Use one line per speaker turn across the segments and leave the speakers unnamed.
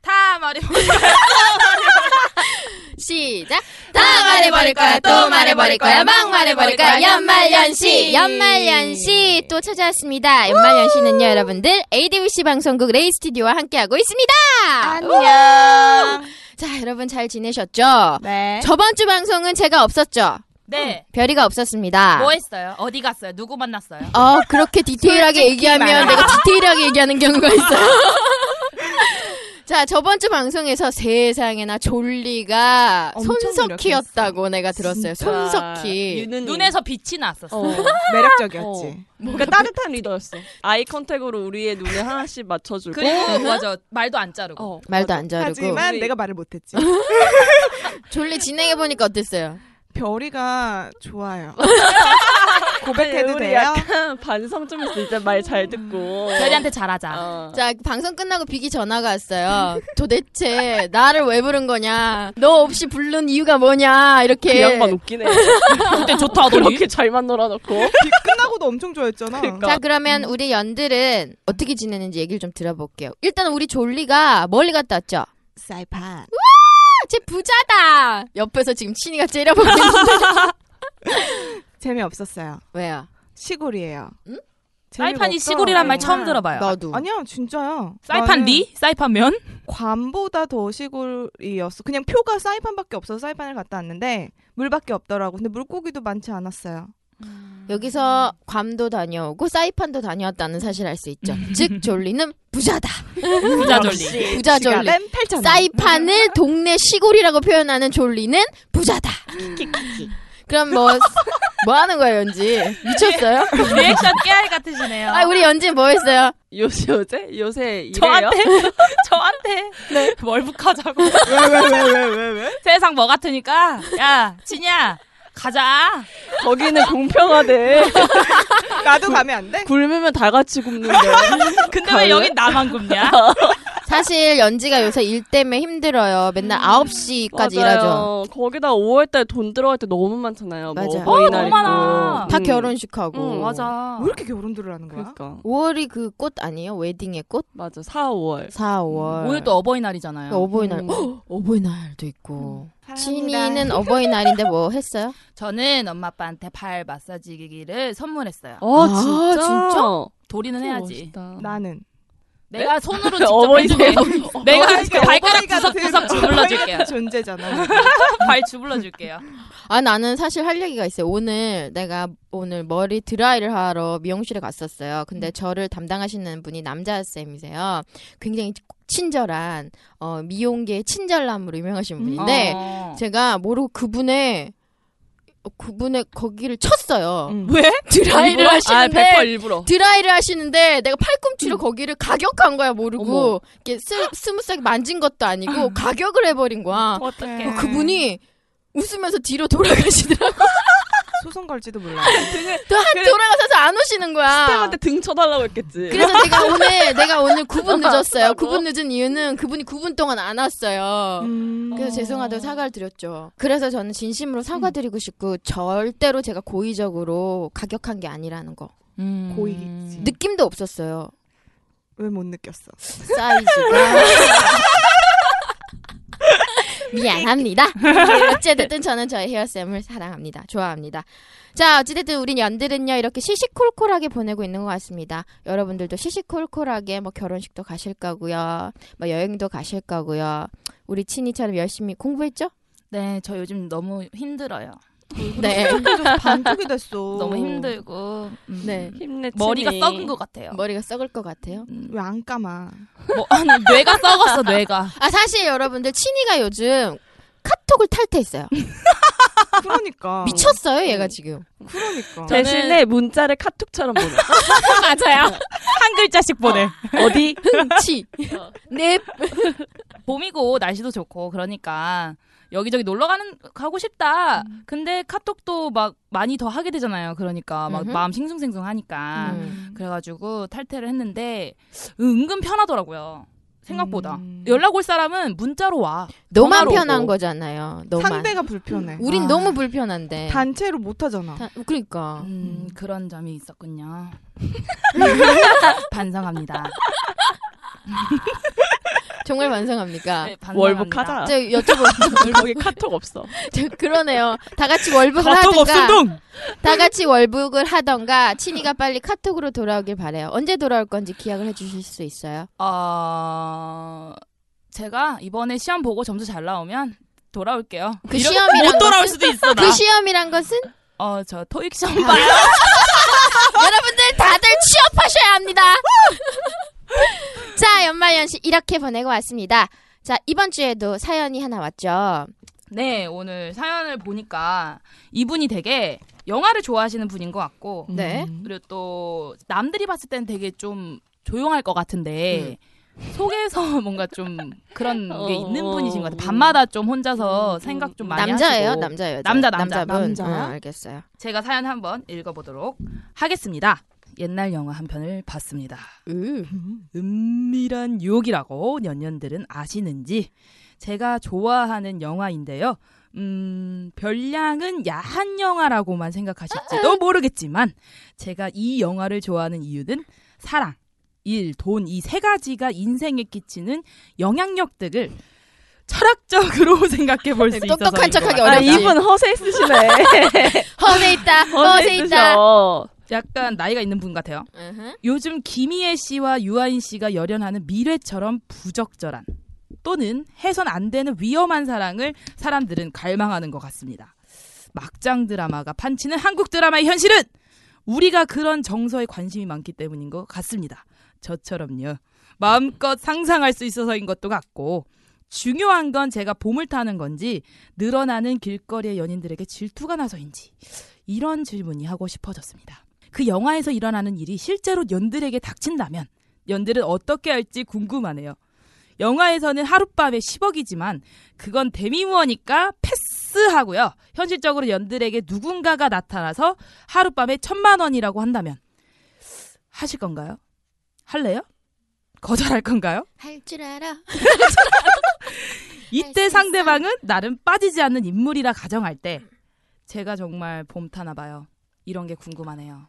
다 말해버릴 거야.
시작.
다 말해버릴 거야. 또 말해버릴 거야. 막 말해버릴 거야. 연말 연시.
연말 연시 또 찾아왔습니다. 연말 연시는요, 여러분들 ADVC 방송국 레이 스튜디오와 함께하고 있습니다.
안녕.
자, 여러분 잘 지내셨죠?
네.
저번 주 방송은 제가 없었죠.
네.
별이가 없었습니다.
뭐 했어요? 어디 갔어요? 누구 만났어요?
어, 그렇게 디테일하게 얘기하면 내가 디테일하게 얘기하는 경우가 있어요. 자, 저번 주 방송에서 세상에나 졸리가
엄청
손석희였다고 내가 들었어요. 손석희.
유는
눈에서 빛이 났었어.
어,
매력적이었지.
뭔가 그러니까 따뜻한 리더였어 아이 컨택으로 우리의 눈에 하나씩 맞춰주고
그리고 맞아. 말도 안 자르고.
어,
말도 안 자르고.
하지만
우리-
내가 말을 못했지.
졸리 진행해보니까 어땠어요?
별이가 좋아요. 어, 고백해도
우리
돼요?
약간 반성 좀 했어 진짜 말 잘 듣고
별이한테 잘하자.
어.
자, 그 방송 끝나고 비기 전화가 왔어요. 도대체 나를 왜 부른 거냐? 너 없이 부른 이유가 뭐냐?
그
이렇게.
양반 웃기네
그때 좋다,
그렇게 잘만 놀아놓고
비 끝나고도 엄청 좋아했잖아.
그러니까.
자, 그러면
음.
우리 연들은 어떻게 지내는지 얘기를 좀 들어볼게요. 일단 우리 졸리가 멀리 갔다 왔죠?
사이판.
쟤 부자다. 옆에서 지금 친이가 째려보고 있는데.
재미없었어요.
왜요?
시골이에요.
응?
재미가
사이판이
없어.
시골이란 말 처음
아,
들어봐요.
나도.
아니야, 진짜요.
사이판
나는
리? 사이판 면?
관보다 더 시골이었어. 그냥 표가 사이판밖에 없어서 사이판을 갔다 왔는데 물밖에 없더라고. 근데 물고기도 많지 않았어요.
여기서 괌도 다녀오고 사이판도 다녀왔다는 사실 알 수 있죠.
음.
즉 졸리는 부자다.
음. 부자 졸리.
부자 졸리.
맨 팔잖아.
사이판을 동네 시골이라고 표현하는 졸리는 부자다. 그럼 뭐 뭐 하는 거야 연지? 미쳤어요?
리액션 깨알 같으시네요.
아 우리 연지 뭐 했어요?
요새 요새 요새 이래요
저한테 저한테 월북하자고 세상 뭐 같으니까 야 진이야 가자
거기는 공평하대
나도 가면 안 돼?
굶으면 다 같이 굶는데
근데 왜 여긴 나만 굽냐
사실 연지가 요새 일 때문에 힘들어요. 맨날 9시까지 일하죠.
맞아요. 거기다 5월달 돈 들어갈 때 너무 많잖아요.
맞아요.
뭐 어버이날
어, 너무
있고.
많아.
다
음.
결혼식 하고.
응,
맞아
왜 이렇게 결혼들을 하는 거야?
그러니까
5월이 그 꽃 아니에요? 웨딩의 꽃?
맞아. 4, 5월.
4, 5월.
오늘도 어버이날이잖아요
어버이날.
음.
헉! 어버이날도 있고.
사랑합니다.
진이는 어버이날인데 뭐 했어요?
저는 엄마 아빠한테 발 마사지기기를 선물했어요
어,
아,
진짜?
진짜?
도리는 해야지
멋있다.
나는
내가 손으로 직접
어버이날.
해줄게
네,
내가
어버이가
발가락
어버이가
구석구석
들-
주물러줄게요
어버이가 존재잖아.
발 주물러줄게요
아, 나는 사실 할 얘기가 있어요. 오늘 내가 오늘 머리 드라이를 하러 미용실에 갔었어요. 근데 저를 담당하시는 분이 남자쌤이세요. 굉장히 친절한, 어, 미용계의 친절남으로 유명하신 분인데,
어.
네. 제가 모르고 그분의 그분의 거기를 쳤어요.
음.
왜?
드라이를
일부러? 아,
하시는데
백퍼 일부러.
드라이를 하시는데 내가 팔꿈치로 거기를 가격한 거야 모르고
어머.
이렇게 스, 스무스하게 만진 것도 아니고
어.
가격을 해버린 거야.
어떡해.
그분이 웃으면서 뒤로 돌아가시더라고.
초선 걸지도 몰라.
등을
또 한
그래.
돌아가셔서 안 오시는 거야.
스팸한테 등 쳐달라고 했겠지.
그래서 내가 오늘 내가 오늘 9분 늦었어요.
맞다고.
9분 늦은 이유는 그분이 9분 동안 안 왔어요.
음.
그래서
어.
죄송하다고 사과를 드렸죠. 그래서 저는 진심으로 사과드리고 싶고 절대로 제가 고의적으로 가격한 게 아니라는 거.
음.
음.
고의겠지.
네,
느낌도 없었어요.
왜 못 느꼈어?
사이즈가. 미안합니다. 어쨌든 저는 저의 헤어쌤을 사랑합니다. 좋아합니다. 자, 어찌됐든 우린 연들은요, 이렇게 시시콜콜하게 보내고 있는 것 같습니다. 여러분들도 시시콜콜하게 뭐 결혼식도 가실 거고요, 뭐 여행도 가실 거고요. 우리 친이처럼 열심히 공부했죠?
네, 저 요즘 너무 힘들어요.
네.
반쪽이 됐어.
너무 힘들고 음,
네. 뭐-
힘내.
머리가
친이.
썩은 것 같아요.
머리가 썩을 것 같아요.
음,
왜 안 감아?
뭐, 아니, 뇌가 썩었어, 뇌가.
아, 사실 여러분들, 친이가 요즘 카톡을 탈퇴했어요.
그러니까.
미쳤어요, 얘가 지금.
그러니까.
저는-
대신에 문자를 카톡처럼 보내.
맞아요.
한 글자씩 보내. 어디?
흥치. 넵.
봄이고 날씨도 좋고 그러니까 여기저기 놀러 가는 가고 싶다.
음.
근데 카톡도 막 많이 더 하게 되잖아요. 그러니까 막
음흠.
마음 싱숭생숭하니까
음.
그래가지고 탈퇴를 했는데 은근 편하더라고요. 생각보다
음.
연락 올 사람은 문자로 와.
너만
전화로
편한
오고.
거잖아요. 너만.
상대가 불편해. 네.
우린
아.
너무 불편한데.
단체로 못 하잖아.
다- 그러니까.
음, 그런 점이 있었군요. 반성합니다.
정말 반성합니까?
네, 반성합니다.
월북하자.
저 여쭤보,
거기 카톡 없어.
저 그러네요. 다 같이 월북을 하던가,
동.
다 같이 월북을 하던가, 친이가 빨리 카톡으로 돌아오길 바래요. 언제 돌아올 건지 기약을 해주실 수 있어요?
어, 제가 이번에 시험 보고 점수 잘 나오면 돌아올게요.
그 시험이란
못 돌아올
것은?
수도 있어 나.
그 시험이란 것은
어, 저 토익 시험 봐요.
아. 여러분들 다들 취업하셔야 합니다. 자, 연말연시 이렇게 보내고 왔습니다. 자, 이번 주에도 사연이 하나 왔죠.
네, 오늘 사연을 보니까 이분이 되게 영화를 좋아하시는 분인 것 같고,
네.
그리고 또 남들이 봤을 땐 되게 좀 조용할 것 같은데,
음.
속에서 뭔가 좀 그런
어.
게 있는 분이신 것 같아요. 밤마다 좀 혼자서 생각 좀 많이
음. 남자예요?
하시고.
남자예요? 여자?
남자, 남자,
남자분?
남자.
어, 알겠어요.
제가 사연 한번 읽어보도록 하겠습니다. 옛날 영화 한 편을 봤습니다. 은밀한 유혹이라고 년년들은 아시는지 제가 좋아하는 영화인데요. 음, 별량은 야한 영화라고만 생각하실지도
아.
모르겠지만 제가 이 영화를 좋아하는 이유는 사랑, 일, 돈 이 세 가지가 인생에 끼치는 영향력 등을 철학적으로 생각해 볼 수 있어서
똑똑한 척하기
아,
어렵지.
이분 허세 있으시네.
허세 있다. 허세
허세
있다.
있으셔.
약간 나이가 있는 분 같아요.
으흠.
요즘 김희애 씨와 유아인 씨가 열연하는 미래처럼 부적절한 또는 해선 안 되는 위험한 사랑을 사람들은 갈망하는 것 같습니다. 막장 드라마가 판치는 한국 드라마의 현실은 우리가 그런 정서에 관심이 많기 때문인 것 같습니다. 저처럼요. 마음껏 상상할 수 있어서인 것도 같고 중요한 건 제가 봄을 타는 건지 늘어나는 길거리의 연인들에게 질투가 나서인지 이런 질문이 하고 싶어졌습니다. 그 영화에서 일어나는 일이 실제로 연들에게 닥친다면 연들은 어떻게 할지 궁금하네요. 영화에서는 하룻밤에 10억이지만 그건 데미무어니까 패스하고요. 현실적으로 연들에게 누군가가 나타나서 하룻밤에 천만 원이라고 한다면 하실 건가요? 할래요? 거절할 건가요?
할 줄 알아. 할수
이때
있어.
상대방은 나름 빠지지 않는 인물이라 가정할 때 제가 정말 봄 타나 봐요. 이런 게 궁금하네요.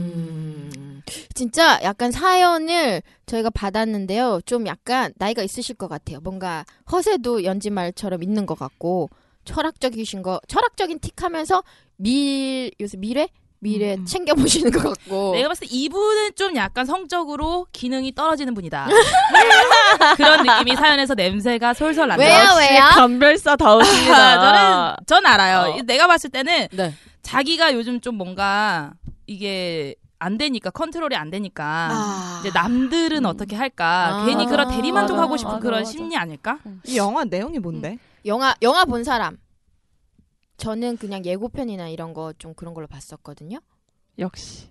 음. 진짜 약간 사연을 저희가 받았는데요. 좀 약간 나이가 있으실 것 같아요. 뭔가 허세도 연지 말처럼 있는 것 같고 철학적이신 거 철학적인 틱하면서 밀 요새 미래 미래
음.
챙겨 보시는 것 같고
내가 봤을 때 이분은 좀 약간 성적으로 기능이 떨어지는 분이다. 그런 느낌이 사연에서 냄새가 솔솔 난다.
왜요
역시
왜요?
담별사 다우십니다.
저는 전 알아요.
아, 어.
내가 봤을 때는
네.
자기가 요즘 좀 뭔가 이게 안 되니까 컨트롤이 안 되니까
아.
이제 남들은 어떻게 할까
아.
괜히 그런 대리만족하고
맞아,
싶은
맞아,
그런
맞아.
심리 아닐까?
이 영화 내용이 뭔데?
영화 영화 본 사람 저는 그냥 예고편이나 이런 거 좀 그런 걸로 봤었거든요.
역시.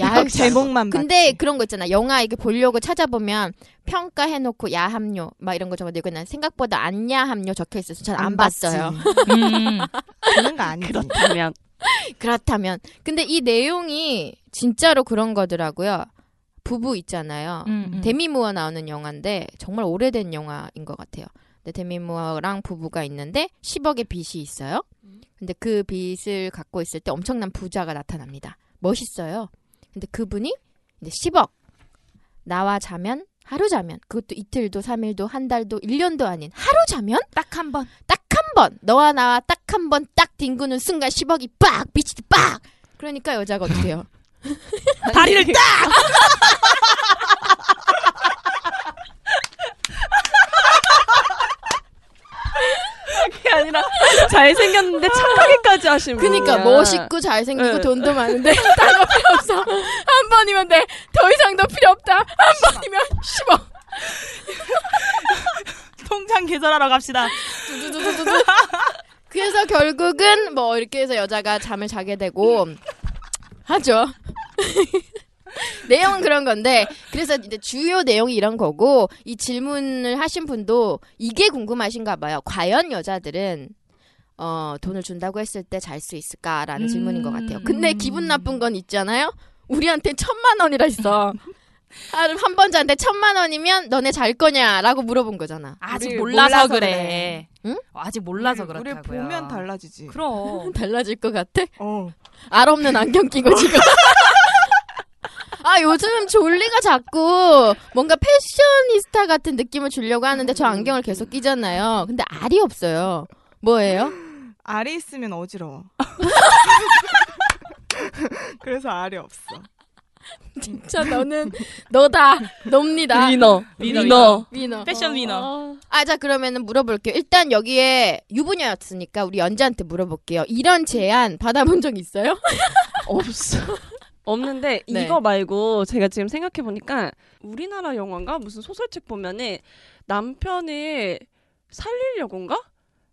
야할 줄 알고.
제목만
근데
봤지.
그런 거 있잖아. 영화 이렇게 보려고 찾아보면 평가해놓고 야함료 막 이런 거 적어도 난 생각보다 안 야함료 적혀 있어서 전 안
봤지.
봤어요.
음.
그런 거 아니지.
그렇다면
그렇다면. 근데 이 내용이 진짜로 그런 거더라고요. 부부 있잖아요.
음, 음.
데미 무어 나오는 영화인데 정말 오래된 영화인 것 같아요. 근데 데미 무어랑 부부가 있는데 10억의 빚이 있어요. 근데 그 빚을 갖고 있을 때 엄청난 부자가 나타납니다. 멋있어요. 근데 그분이 이제 10억 나와 자면 하루 자면 그것도 이틀도 삼일도한 달도 일년도 아닌 하루 자면
딱 한 번.
딱 한 번 너와 나와 딱 한 번 딱 뒹구는 순간 10억이 빡 빛이 빡 그러니까 여자가 어떻게 돼요?
다리를 딱! 그게 아니라 잘생겼는데 착하게까지 하시는 분.
그니까 멋있고 잘생기고
네.
돈도 많은데 단어 필요 없어 한 번이면 돼 더 이상 더 필요 없다 한 번이면
아,
10억
통장 계산하러 갑시다.
두두두두두 그래서 결국은 뭐 이렇게 해서 여자가 잠을 자게 되고 하죠 내용은 그런 건데 그래서 이제 주요 내용이 이런 거고 이 질문을 하신 분도 이게 궁금하신가 봐요 과연 여자들은 어 돈을 준다고 했을 때 잘 수 있을까라는
음.
질문인 것 같아요 근데 기분 나쁜 건 있잖아요 우리한테 천만 원이라 있어 하루 한 번 자는데 천만 원이면 너네 잘 거냐라고 물어본 거잖아
아직
우리를
몰라서
몰라서
그래.
그래.
응?
아직 몰라서
우리
그렇다고요.
보면 달라지지.
그럼.
달라질 것 같아
어.
알 없는 안경 끼고 지금. 아 요즘 졸리가 자꾸 뭔가 패셔니스타 같은 느낌을 주려고 하는데 저 안경을 계속 끼잖아요. 근데 알이 없어요. 뭐예요?
알이 있으면 어지러워. 그래서 알이 없어.
진짜 너는 너다 놉니다.
위너.
위너,
위너.
위너.
패션 위너.
아자 그러면은 물어볼게요. 일단 여기에 유부녀였으니까 우리 연지한테 물어볼게요. 이런 제안 받아본 적 있어요?
없어. 없는데
네.
이거 말고 제가 지금 생각해 보니까 우리나라 영화인가 무슨 소설책 보면은 남편을 살리려고인가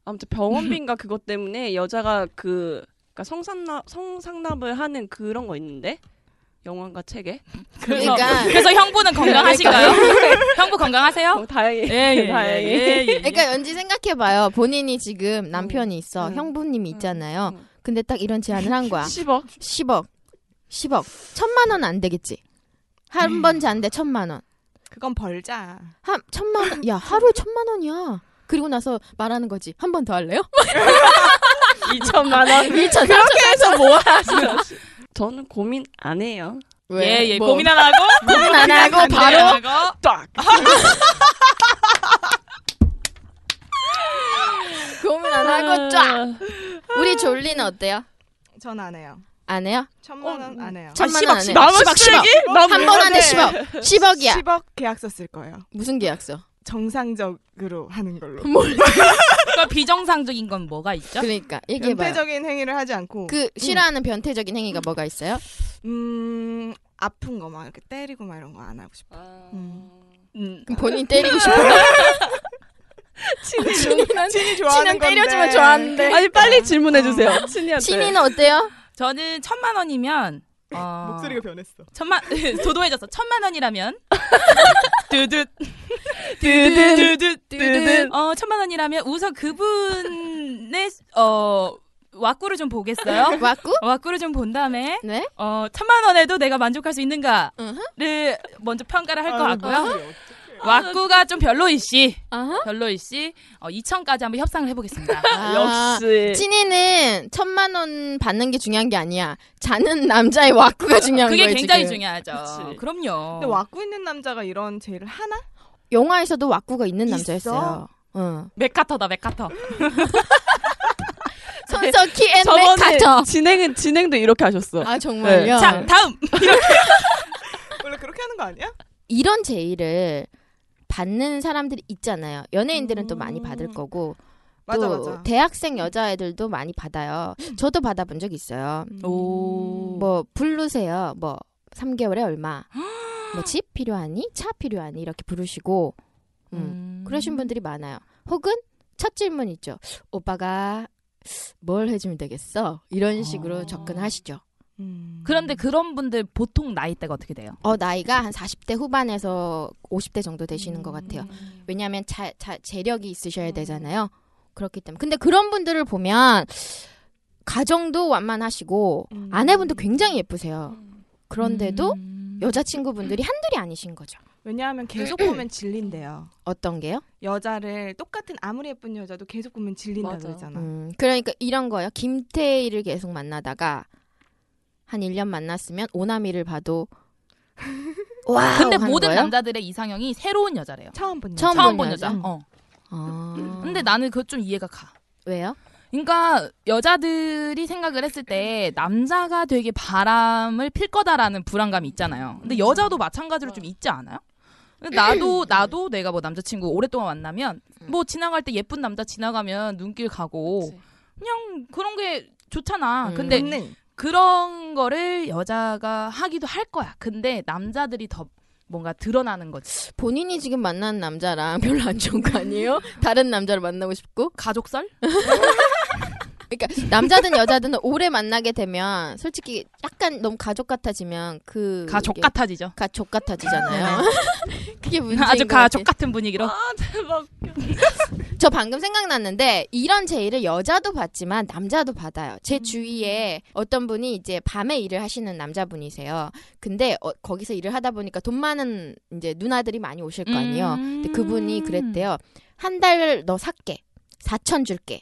아무튼 병원비인가 그것 때문에 여자가 그 그러니까 성상납 성상납을 하는 그런 거 있는데 영화인가 책에
그래서
그러니까-
그래서 형부는 건강하신가요? 형부 건강하세요?
어, 다행히
예, 예,
다행히
예, 예.
네, 그러니까 연지 생각해봐요. 본인이 지금 남편이 있어,
음.
형부님이 있잖아요.
음.
근데 딱 이런 제안을 한 거야.
10억
10억. 10억. 천만 원 안 되겠지. 한 번 잔데 천만 원.
그건 벌자.
한 천만 원. 야, 하루에 천만 원이야. 그리고 나서 말하는 거지. 한 번 더 할래요?
2천만 원
1천 그렇게 해서 뭐
저는 고민 안 해요
예, 예. 고민 안 하고
뭐, 고민 안 하고 바로
안 하고.
딱
고민 안 하고 쫙.
아,
우리 졸리는 어때요?
전 안 해요.
안 해요?
천만 원 안 해요.
아,
천만 원 안 해요.
남은
10억, 10억.
쓰레기 남은
한번 안에 10억. 10억이야.
10억 계약서 쓸 거예요.
무슨 계약서?
정상적으로 하는 걸로.
뭘?
그러니까 비정상적인 건 뭐가 있죠?
그러니까 얘기해 봐요.
변태적인 행위를 하지 않고
그 싫어하는 변태적인 행위가 뭐가 있어요?
음 아픈 거 막 이렇게 때리고 막 이런 거 안 하고 싶어.
아.
음.
그럼 본인 때리고 싶어. 친이는
음. 친이
친은
음.
때려주면 좋아하는데.
아니 빨리 질문해 주세요 친이한테
친이는 어때요?
저는 천만 원이면 어,
네, 목소리가 변했어.
천만 도도해졌어. 천만 원이라면 두두
드든 드든
어 천만 원이라면 우선 그분의 어 와꾸를 좀 보겠어요.
왔고?
와꾸를 좀 본 다음에
네?
어 천만 원에도 내가 만족할 수
으흠.
있는가를 먼저 평가를 할 것 같고요. 와꾸가 좀 별로이씨,
아하.
별로이씨 어 2천까지 한번 협상을 해보겠습니다.
아.
역시
친이는 천만 원 받는 게 중요한 게 아니야. 자는 남자의 와꾸가 중요한
그게
거예요.
굉장히
지금.
중요하죠.
그치.
그럼요
근데 와꾸 있는 남자가 이런 죄를 하나?
영화에서도 와꾸가 있는
있어?
남자였어요. 응.
맥카터다 맥카터.
손석희 앤
저번에
맥카터.
진행은 진행도 이렇게 하셨어.
아 정말요.
자 다음
원래 그렇게 하는 거 아니야?
이런 제의를 받는 사람들이 있잖아요. 연예인들은 또 많이 받을
음.
거고
맞아
또
맞아.
대학생 여자애들도 많이 받아요. 저도 받아본 적 있어요.
음.
오.
뭐 부르세요. 뭐 3개월에 얼마. 뭐 집 필요하니? 차 필요하니? 이렇게 부르시고 음. 그러신 분들이 많아요. 혹은 첫 질문 있죠. 오빠가 뭘 해주면 되겠어? 이런 식으로
어.
접근하시죠.
음.
그런데 그런 분들 보통 나이대가 어떻게 돼요?
어, 나이가 한 40대 후반에서 50대 정도 되시는 것 같아요.
음.
왜냐하면 자, 자, 재력이 있으셔야 되잖아요. 그렇기 때문에. 근데 그런 분들을 보면 가정도 완만하시고 아내분도 굉장히 예쁘세요. 그런데도
음.
여자친구분들이 한둘이 아니신 거죠.
왜냐하면 계속
음.
보면 질린대요.
어떤 게요?
여자를 똑같은 아무리 예쁜 여자도 계속 보면 질린다
맞아.
그러잖아.
음, 그러니까 이런 거예요. 김태희를 계속 만나다가 한 1년 만났으면 오나미를 봐도 와.
근데 모든 남자들의 이상형이 새로운 여자래요.
처음 본 여자.
처음
처음
본
본 여자.
여자.
어.
아...
근데 나는 그거 좀 이해가 가.
왜요?
그러니까 여자들이 생각을 했을 때 남자가 되게 바람을 필 거다라는 불안감이 있잖아요. 근데
그렇죠.
여자도 마찬가지로 좀 있지 않아요? 근데 나도 나도 내가 뭐 남자친구 오랫동안 만나면
음.
뭐 지나갈 때 예쁜 남자 지나가면 눈길 가고
그치.
그냥 그런 게 좋잖아.
음.
근데
는
그런 거를 여자가 하기도 할 거야. 근데 남자들이 더 뭔가 드러나는 거지.
본인이 지금 만난 남자랑 별로 안 좋은 거 아니에요? 다른 남자를 만나고 싶고?
가족설?
그러니까 남자든 여자든 오래 만나게 되면 솔직히 약간 너무 가족 같아지면 그
가족 같아지죠. 네.
가족 같아지잖아요. 그게 문제인 것
아주 가족
같아.
같은 분위기로.
저 방금 생각났는데 이런 제의를 여자도 받지만 남자도 받아요. 제
음.
주위에 어떤 분이 이제 밤에 일을 하시는 남자분이세요. 근데 어, 거기서 일을 하다 보니까 돈 많은 이제 누나들이 많이 오실 거
음.
아니에요. 근데 그분이
음.
그랬대요. 한 달 너 살게. 4천 줄게.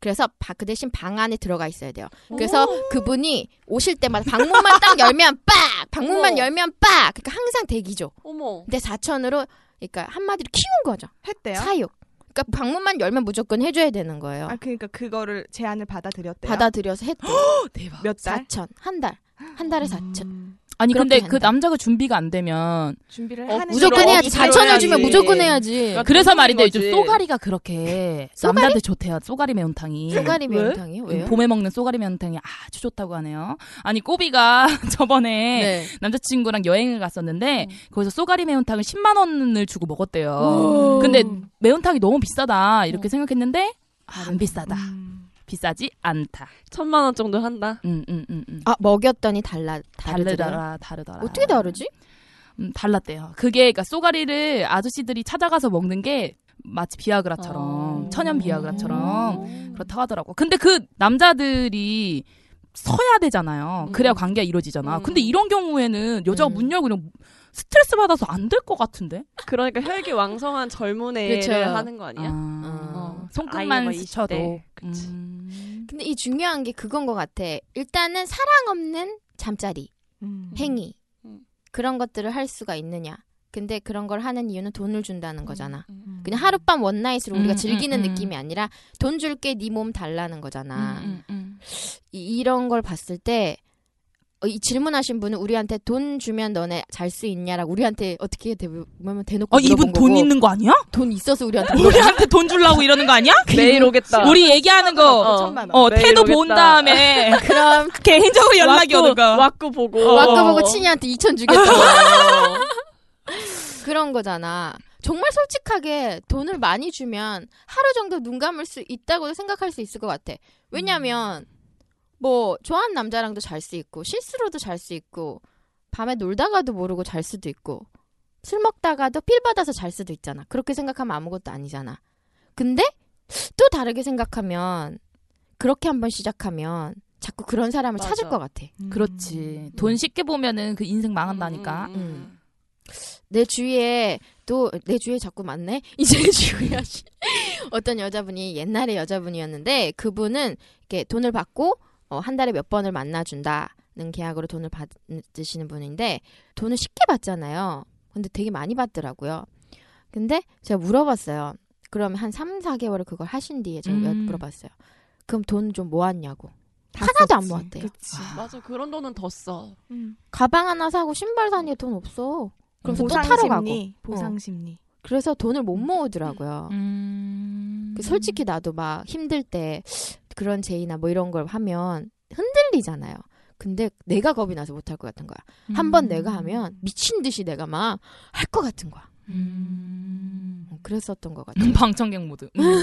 그래서 바- 그 대신 방 안에 들어가 있어야 돼요. 그래서 그분이 오실 때마다 방문만 딱 열면 빡! 방문만
어머.
열면 빡! 그러니까 항상 대기죠.
어머.
근데 4천으로 그러니까 한마디로 키운 거죠.
했대요.
사육. 그러니까 방문만 열면 무조건 해줘야 되는 거예요.
아 그러니까 그거를 제안을 받아들였대요.
받아들여서 했대요.
어, 대박.
몇 달?
4천 한 달. 한
음.
달에 4천.
아니
그렇게
근데 그
한다.
남자가 준비가 안 되면
준비를
어,
하는
무조건
거예요.
해야지.
억지로
4천을 주면
해야지.
무조건 해야지.
그러니까
그래서 말인데
거지.
요즘 쏘가리가 그렇게
쏘가리?
남자한테 좋대요. 쏘가리 매운탕이. 음,
쏘가리 매운탕이요? 왜요?
봄에 먹는 쏘가리 매운탕이 아주 좋다고 하네요. 아니 꼬비가 저번에
네. 음.
남자친구랑 여행을 갔었는데 거기서 쏘가리 매운탕을 10만 원을 주고
음.
먹었대요.
오.
근데 매운탕이 너무 비싸다 이렇게 생각했는데 아, 안 비싸다.
음.
비싸지 않다.
천만 원 정도 한다.
음, 음, 음, 음.
아 먹였더니 달라 다르더라.
다르더라, 다르더라.
어떻게 다르지?
음, 달랐대요. 그게 그러니까 쏘가리를 아저씨들이 찾아가서 먹는 게 마치 비아그라처럼
어.
천연 비아그라처럼
음.
그렇다고 하더라고. 근데 그 남자들이 서야 되잖아요.
음.
그래야 관계가 이루어지잖아.
음.
근데 이런 경우에는 여자가
음.
문 열고 그냥 스트레스 받아서 안 될 것 같은데.
그러니까 혈기 왕성한 젊은 애를
그쵸.
하는 거 아니야?
아,
그렇죠. 어.
아이가
손끝만
뭐
스쳐도.
20대. 그치.
음.
근데 이 중요한 게 그건 것 같아. 일단은 사랑 없는 잠자리,
음.
행위
음.
그런 것들을 할 수가 있느냐. 근데 그런 걸 하는 이유는 돈을 준다는 거잖아.
음.
그냥 하룻밤 원나잇으로 우리가
음,
즐기는
음, 음.
느낌이 아니라 돈 줄게 네 몸 달라는 거잖아.
음, 음,
이, 런걸 봤을 때, 어, 이 질문하신 분은 우리한테 돈 주면 너네 잘 수 있냐라고 우리한테 어떻게 대보면 대놓고
어, 이분
물어본
돈
거고,
있는 거 아니야?
돈 있어서 우리한테 뭐
우리한테 돈 주려고 이러는 거 아니야?
매일 오겠다.
우리 얘기하는 거.
어.
천만 원.
어,
매일
태도
오겠다.
본 다음에
그럼
개인적으로 연락이
왔고-
오는 거.
왔고 음, 보고.
와까 보고 친이한테 2천 주겠다고 그런 거잖아. 정말 솔직하게 돈을 많이 주면 하루 정도 눈 감을 수 있다고 생각할 수 있을 것 같아. 왜냐면 뭐 좋아하는 남자랑도 잘 수 있고 실수로도 잘 수 있고 밤에 놀다가도 모르고 잘 수도 있고 술 먹다가도 필 받아서 잘 수도 있잖아. 그렇게 생각하면 아무것도 아니잖아. 근데 또 다르게 생각하면 그렇게 한번 시작하면 자꾸 그런 사람을 찾을
맞아.
것 같아.
음.
그렇지. 돈 쉽게 보면은 그 인생 망한다니까.
음,
음. 내 주위에 또 내 주위에 자꾸 맞네 이제 주위야 씨. 어떤 여자분이 옛날에 여자분이었는데 그분은 이렇게 돈을 받고 어, 한 달에 몇 번을 만나준다는 계약으로 돈을 받으시는 분인데 돈을 쉽게 받잖아요 근데 되게 많이 받더라고요 근데 제가 물어봤어요 그럼 한 삼 사개월을 그걸 하신 뒤에 제가
음.
물어봤어요 그럼 돈 좀 모았냐고
다
하나도 안
썼지.
모았대요.
그치.
맞아 그런 돈은 더 써.
음.
가방 하나 사고 신발 사니에 돈 없어 그래서 또
보상
타러 가고 어.
심리, 보상 심리.
그래서 돈을 못 모으더라고요.
음.
그 솔직히 나도 막 힘들 때 그런 제의나 뭐 이런 걸 하면 흔들리잖아요. 근데 내가 겁이 나서 못할 것 같은 거야. 한 번 내가 하면 미친 듯이 내가 막 할 것 같은 거야. 뭐
음.
그랬었던 것 같아.
방청객 모드. 음.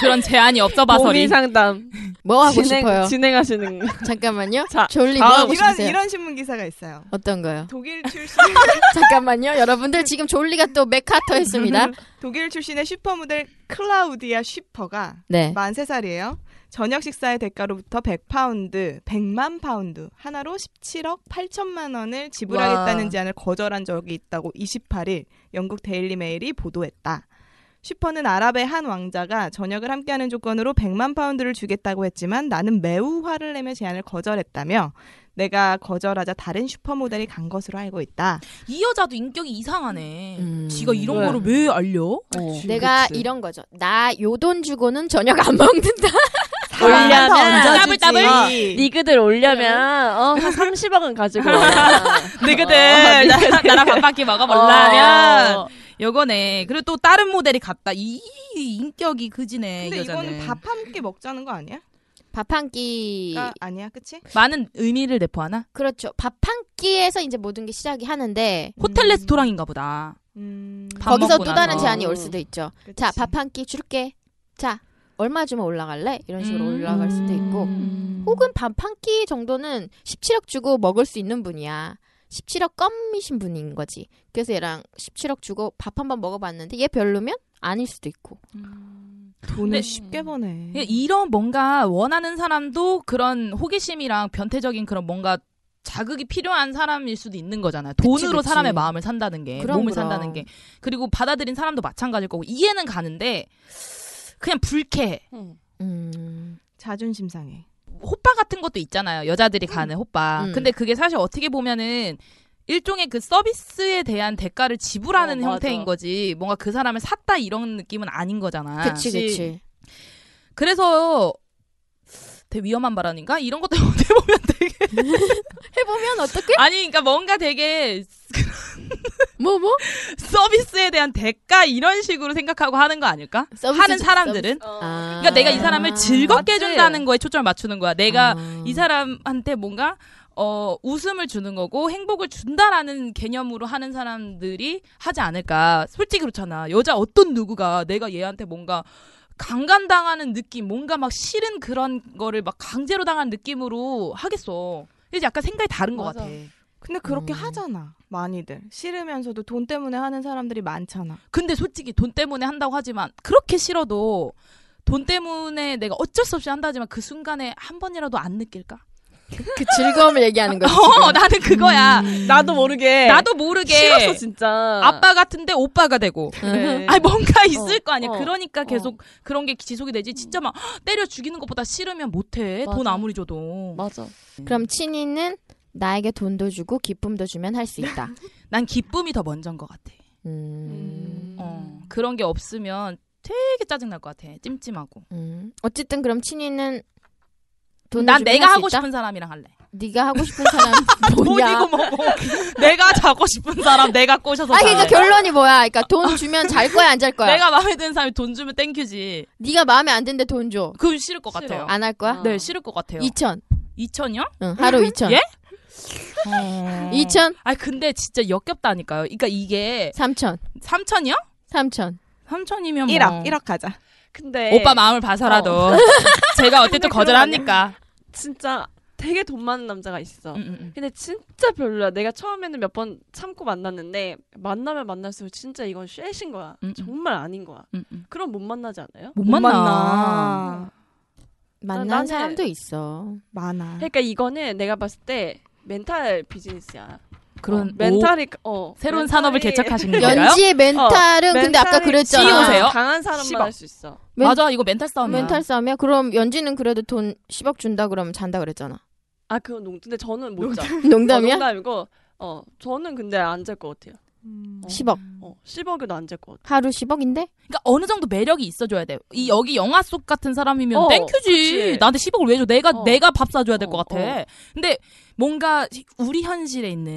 그런 제한이 없어 봐서리.
고민 상담
뭐 하고
진행
싶어요?
진행하시는 잠깐만요.
잠깐만요.
자,
졸리 뭐
다음.
하고
아, 이런
싶으세요?
이런 신문 기사가 있어요.
어떤 거요?
독일 출신
잠깐만요. 여러분들 지금 졸리가 또 맥카터 했습니다.
독일 출신의 슈퍼모델 클라우디아 슈퍼가
네.
43살이에요. 저녁 식사의 대가로부터 100파운드, 100만 파운드, 하나로 17억 8천만 원을 지불하겠다는
와.
제안을 거절한 적이 있다고 28일 영국 데일리 메일이 보도했다. 슈퍼는 아랍의 한 왕자가 저녁을 함께하는 조건으로 100만 파운드를 주겠다고 했지만 나는 매우 화를 내며 제안을 거절했다며 내가 거절하자 다른 슈퍼모델이 간 것으로 알고 있다.
이 여자도 인격이 이상하네.
음.
지가 이런
왜?
거를 왜 알려?
내가 이런 거죠. 나 요 돈 주고는 저녁 안 먹는다.
올려면 네,
따블, 따블.
어,
니그들 올려면 어, 한 30억은 가지고 와.
너희들 네, 나- 나랑 밥밖에 어, 먹어볼라면
어.
요거네. 그리고 또 다른 모델이 갔다. 이, 이 인격이 그지네.
근데
이 여자는.
이거는 밥 함께 먹자는 거 아니야?
밥 한 끼.
아, 아니야, 그치?
많은 의미를 내포하나?
그렇죠. 밥 한 끼에서 이제 모든 게 시작이 하는데
호텔
음.
레스토랑인가 보다.
음,
밥
거기서
먹고
또 다른
나서.
제안이 올 수도 있죠.
그치.
자, 밥 한 끼 줄게. 자, 얼마 주면 올라갈래? 이런 식으로
음.
올라갈 수도 있고. 혹은 밥 한 끼 정도는 17억 주고 먹을 수 있는 분이야. 17억 껌이신 분인 거지. 그래서 얘랑 17억 주고 밥 한 번 먹어봤는데 얘 별로면 아닐 수도 있고.
돈을
근데-
쉽게 버네.
예, 이런 뭔가 원하는 사람도 그런 호기심이랑 변태적인 그런 뭔가 자극이 필요한 사람일 수도 있는 거잖아요. 돈으로
그치.
사람의 마음을 산다는 게,
그럼,
몸을
그럼.
산다는 게. 그리고 받아들인 사람도 마찬가지일 거고 이해는 가는데 그냥 불쾌해.
음.
자존심 상해.
호빠 같은 것도 있잖아요. 여자들이 가는 호빠.
음.
근데 그게 사실 어떻게 보면은 일종의 그 서비스에 대한 대가를 지불하는
어, 맞아.
형태인 거지. 뭔가 그 사람을 샀다 이런 느낌은 아닌 거잖아.
그치, 그치.
그래서 되게 위험한 발언인가? 이런 것도 어떻게 보면 되게
해보면 어떻게?
아니 그러니까 뭔가 되게
뭐, 뭐?
서비스에 대한 대가 이런 식으로 생각하고 하는 거 아닐까? 하는 사람들은
아.
그러니까 내가 이 사람을 즐겁게
맞지.
해준다는 거에 초점을 맞추는 거야. 내가
아.
이 사람한테 뭔가 어 웃음을 주는 거고 행복을 준다라는 개념으로 하는 사람들이 하지 않을까. 솔직히 그렇잖아. 여자 어떤 누구가 내가 얘한테 뭔가 강간당하는 느낌, 뭔가 막 싫은 그런 거를 막 강제로 당한 느낌으로 하겠어. 이제 약간 생각이 다른 것
어, 맞아.
같아.
근데 그렇게
음.
하잖아. 많이들. 싫으면서도 돈 때문에 하는 사람들이 많잖아.
근데 솔직히 돈 때문에 한다고 하지만 그렇게 싫어도 돈 때문에 내가 어쩔 수 없이 한다지만 그 순간에 한 번이라도 안 느낄까?
그 즐거움을 얘기하는 거지. 음.
어, 나는 그거야.
나도 모르게.
나도 모르게
싫었어 진짜. 네.
아빠 같은데 오빠가 되고.
네. 음.
그래.
아 뭔가 있을 거 아니야.
어,
그러니까 계속 그런 게 지속이 되지. 진짜 막 헉, 때려 죽이는 것보다 싫으면 못해. 돈
맞아.
아무리 줘도.
뭐.
맞아.
그럼 친이는 나에게 돈도 주고 기쁨도 주면 할 수 있다.
난 기쁨이 더 먼저인 것 같아.
음.
어, 그런 게 없으면 되게 짜증 날 것 같아. 찜찜하고.
음. 어쨌든 그럼 친이는 돈도
난
주긴
내가
할수
하고
있다?
싶은 사람이랑 할래.
네가 하고 싶은 사람 뭐냐?
돈이고 뭐고. 내가 자고 싶은 사람 내가 꼬셔서.
아 그러니까
자래.
결론이 뭐야? 그러니까 돈 주면 잘 거야 안 잘 거야?
내가 마음에 드는 사람이 돈 주면 땡큐지.
네가 마음에 안 드는데 돈 줘.
그건 싫을 것
싫어.
같아요.
안 할 거야?
아.
네, 싫을 것 같아요.
2천.
2천이요?
응, 하루 2천. 음.
예?
어. 2천,
아 근데 진짜 역겹다니까요. 그러니까 이게
3천,
3천이요?
3천.
3천이면 뭐
1억, 1억 가자.
근데
오빠 마음을 봐서라도 제가 어쨌든
근데 어. 그런 거 아니야?
거절합니까?
진짜 되게 돈 많은 남자가 있어.
음, 음, 음.
근데 진짜 별로야. 내가 처음에는 몇 번 참고 만났는데 만나면 만날수록 진짜 이건 쉐신 거야.
음, 음.
정말 아닌 거야.
음, 음.
그럼 못 만나지 않아요?
못 만나.
만난
나는-
사람도 있어.
많아.
그러니까 이거는 내가 봤을 때 멘탈 비즈니스야.
그런
어, 멘탈이 어
새로운
멘탈이
산업을 개척하신 건가요? 어.
연지의 멘탈은 근데 아까
멘탈이
그랬잖아.
지우세요.
강한 사람만
10억.
할 수 있어.
멘-
맞아, 이거 멘탈 싸움이야.
멘탈 싸움이야? 그럼 연지는 그래도 돈 10억 준다 그러면 잔다 그랬잖아.
아 그건 농. 근데 저는 못 자.
농담이야?
어, 농담이고 어 저는 근데 안 잘 것 같아요.
음.
10억.
어 10억에도 안 잘 것 같아.
하루 10억인데?
그러니까 어느 정도 매력이 있어줘야 돼. 이 여기 영화 속 같은 사람이면
음. 어,
땡큐지.
그치.
나한테 10억을 왜 줘? 내가
어.
내가 밥 사줘야 될 것
어,
같아. 근데 뭔가 우리 현실에 있는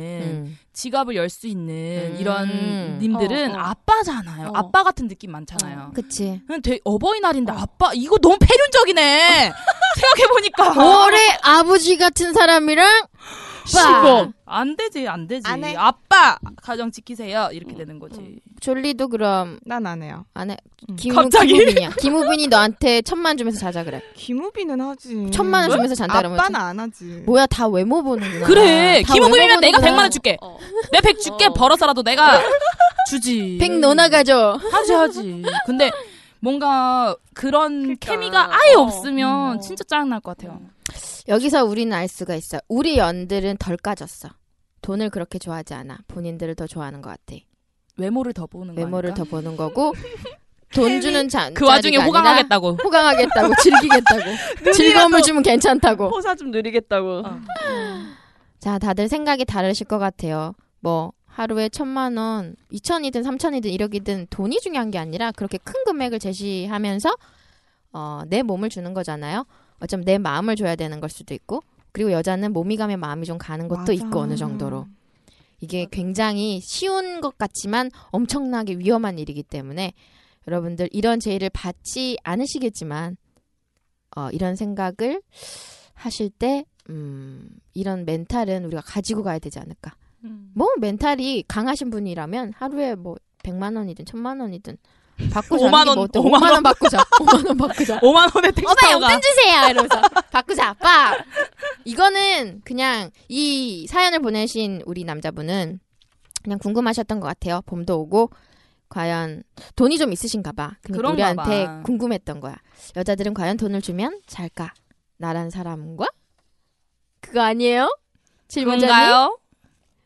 음.
지갑을 열 수 있는
음.
이런 님들은
어, 어.
아빠잖아요.
어.
아빠 같은 느낌 많잖아요.
그치.
그냥 되게 어버이날인데 아빠 이거 너무 폐륜적이네. 어, 생각해 보니까
올해 아버지 같은 사람이랑
10억 안 되지 안 되지.
안 해.
아빠 가정 지키세요 이렇게 되는 거지.
졸리도 그럼
난 안 해요.
안 해.
음.
김,
갑자기?
김우빈이야. 김우빈이 너한테 천만 주면서 자자 그래.
김우빈은 하지.
천만 원 주면서 잔다 그러면
아빠는 안 하지.
뭐야 다 외모 보는구나.
그래
다 외모
김우빈이면 내가
보는구나.
100만 원 줄게.
어.
내가 100 줄게
어.
벌어서라도 내가 주지.
백 노나 가죠.
하지 하지. 근데 뭔가 그런
그러니까.
케미가 아예
어.
없으면
음.
진짜 짜증날 것 같아요.
여기서 우리는 알 수가 있어. 우리 연들은 덜 까졌어. 돈을 그렇게 좋아하지 않아. 본인들을 더 좋아하는 것 같아.
외모를 더 보는 거
외모를
아닐까?
더 보는 거고 돈 주는 자,
그 와중에
자리가 아니라
호강하겠다고.
호강하겠다고 즐기겠다고 즐거움을 주면 괜찮다고.
호사 좀 느리겠다고.
어.
자, 다들 생각이 다르실 것 같아요. 뭐 하루에 천만 원, 이천이든 삼천이든 일억이든 돈이 중요한 게 아니라 그렇게 큰 금액을 제시하면서 어, 내 몸을 주는 거잖아요. 어쩌면 내 마음을 줘야 되는 걸 수도 있고, 그리고 여자는 몸이 가면 마음이 좀 가는 것도
맞아.
있고 어느 정도로 이게 굉장히 쉬운 것 같지만 엄청나게 위험한 일이기 때문에 여러분들 이런 제의를 받지 않으시겠지만 어, 이런 생각을 하실 때 음, 이런 멘탈은 우리가 가지고 가야 되지 않을까. 뭐 멘탈이 강하신 분이라면 하루에 뭐 100만 원이든 1000만 원이든 바꾸자.
5만 원,
뭐 어때?
5만
5만 원 바꾸자. 5만 원 바꾸자.
5만 원에 택시
엄마
타고
용돈
가.
주세요. 이러면서 바꾸자. 빡. 이거는 그냥 이 사연을 보내신 우리 남자분은 그냥 궁금하셨던 것 같아요. 봄도 오고 과연 돈이 좀 있으신가 봐. 근데
그런가
우리한테
봐.
궁금했던 거야. 여자들은 과연 돈을 주면 잘까? 나란 사람과 그거 아니에요? 질문자님.
그런가요?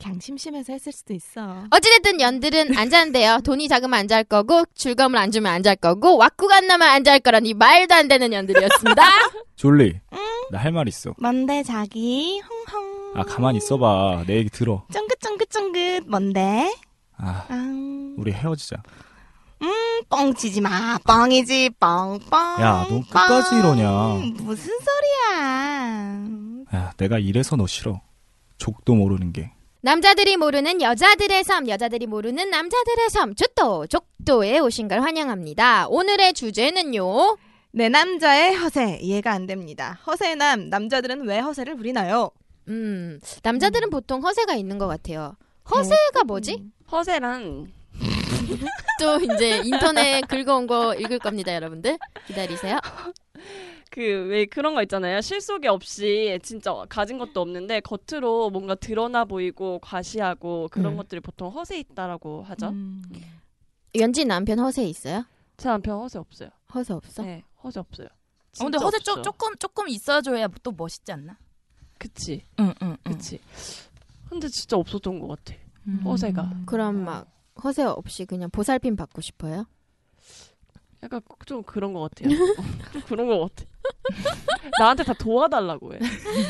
그냥 심심해서 했을 수도 있어.
어찌됐든 연들은 안 잔대요. 돈이 작으면 안 잘 거고 즐거움을 안 주면 안 잘 거고 왁구가 안 나면 안 잘 거라니 말도 안 되는 연들이었습니다.
졸리 나 할 말 있어
뭔데 자기? 헝헝.
아 가만히 있어봐 내 얘기 들어
쫑긋쫑긋쫑긋 뭔데?
아
앙.
우리 헤어지자
뻥치지 마. 뻥이지. 뻥뻥.
야,
아.
너 끝까지
뻥.
이러냐.
무슨 소리야.
야 내가 이래서 너 싫어 족도 모르는 게
남자들이 모르는 여자들의 섬, 여자들이 모르는 남자들의 섬, 족도, 족도에 오신 걸 환영합니다. 오늘의 주제는요.
내 남자의 허세 이해가 안 됩니다. 허세남 남자들은 왜 허세를 부리나요?
음, 남자들은 보통 허세가 있는 것 같아요. 허세가 뭐지?
허세란
또 이제 인터넷 긁어온 거 읽을 겁니다, 여러분들. 기다리세요.
그 왜 그런 거 있잖아요. 실속이 없이 진짜 가진 것도 없는데 겉으로 뭔가 드러나 보이고 과시하고 그런
음.
것들이 보통 허세 있다라고 하죠.
음.
연지 남편 허세 있어요?
제 남편 허세 없어요.
허세 없어? 아,
네, 허세 없어요.
어, 근데
진짜
허세
없어.
조, 조금 조금 있어줘야 또 멋있지 않나?
그치,
응, 응,
음.
음. 응.
그치. 근데 진짜 없었던 것 같아. 허세가.
그럼 막 허세 없이 그냥 보살핌 받고 싶어요?
약간 좀 그런 것 같아요. 어, 좀 그런 것 같아. 나한테 다 도와달라고 해.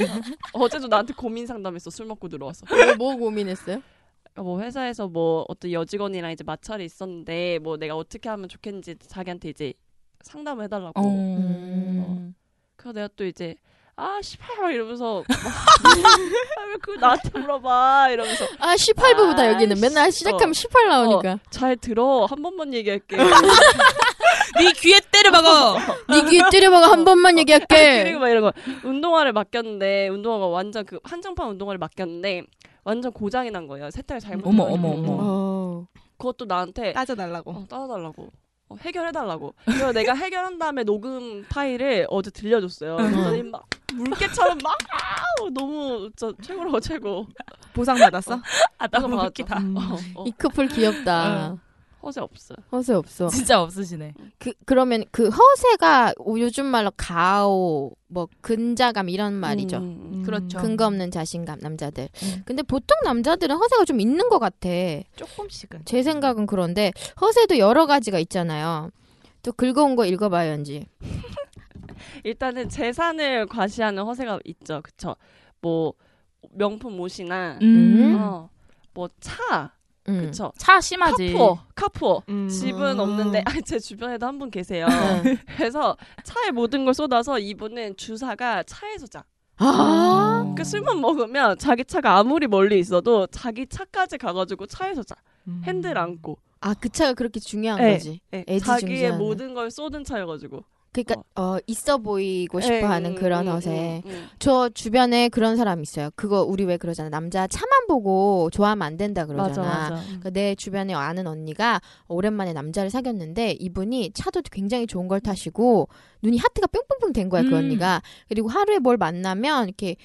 어제도 나한테 고민 상담했어. 술 먹고 들어와서.
뭐 고민했어요?
뭐 회사에서 뭐 어떤 여직원이랑 이제 마찰이 있었는데 뭐 내가 어떻게 하면 좋겠는지 자기한테 이제 상담을 해달라고.
어.
어.
어.
음.
그래서 내가 또 이제 아 씨발 이러면서 아, 왜그 나한테 물어봐 이러면서
아, 18부보다
아,
여기는 맨날
씨,
시작하면
어.
18 나오니까.
잘 들어 한 번만 얘기할게.
네 귀에 때려박아.
네 귀에 때려박아 한 번만 얘기할게.
그리고 막 이런 거 운동화를 맡겼는데 운동화가 완전 그 한정판 운동화를 맡겼는데 완전 고장이 난 거예요. 세탁을 잘못.
어머,
해가지고.
어머,
음.
어머.
어.
그것도 나한테
따져달라고.
어, 따라달라고. 어, 해결해달라고. 그래서 내가 해결한 다음에 녹음 파일을 어제 들려줬어요. 그랬더니 막 물개처럼 막 아우, 너무 저 최고로 최고.
보상 받았어?
아
너무 웃기다.
어, 어,
이 커플 귀엽다.
허세 없어.
허세 없어.
진짜 없으시네.
그 그러면 그 허세가 요즘 말로 가오, 뭐 근자감 이런 말이죠.
음,
그렇죠.
근거 없는 자신감 남자들.
음.
근데 보통 남자들은 허세가 좀 있는 것 같아.
조금씩은.
제 생각은 그런데 허세도 여러 가지가 있잖아요. 또 긁어온 거 읽어봐요, 연지.
일단은 재산을 과시하는 허세가 있죠. 그쵸. 뭐 명품 옷이나
음.
어, 뭐차
음.
그쵸.
차 심하지.
카푸어 카푸어.
음.
집은 없는데 아, 제 주변에도 한 분 계세요.
네.
그래서 차에 모든 걸 쏟아서 이분은 주사가 차에서 자.
아,
음.
그 술만 먹으면 자기 차가 아무리 멀리 있어도 자기 차까지 가가지고 차에서 자. 핸들 안고.
아 그 차가 그렇게 중요한
네.
거지.
예,
애지중지하는.
자기의 모든 걸 쏟은 차여가지고.
그러니까 어 있어 보이고
예,
싶어하는
음,
그런
음, 음,
허세.
음.
저 주변에 그런 사람 있어요. 그거 우리 왜 그러잖아. 남자 차만 보고 좋아하면 안 된다
맞아
그러잖아.
맞아. 음.
그러니까 내 주변에 아는 언니가 오랜만에 남자를 사귀었는데 이분이 차도 굉장히 좋은 걸 타시고 눈이 하트가 뿅뿅뿅 된 거야 그
음.
언니가. 그리고 하루에 뭘 만나면 이렇게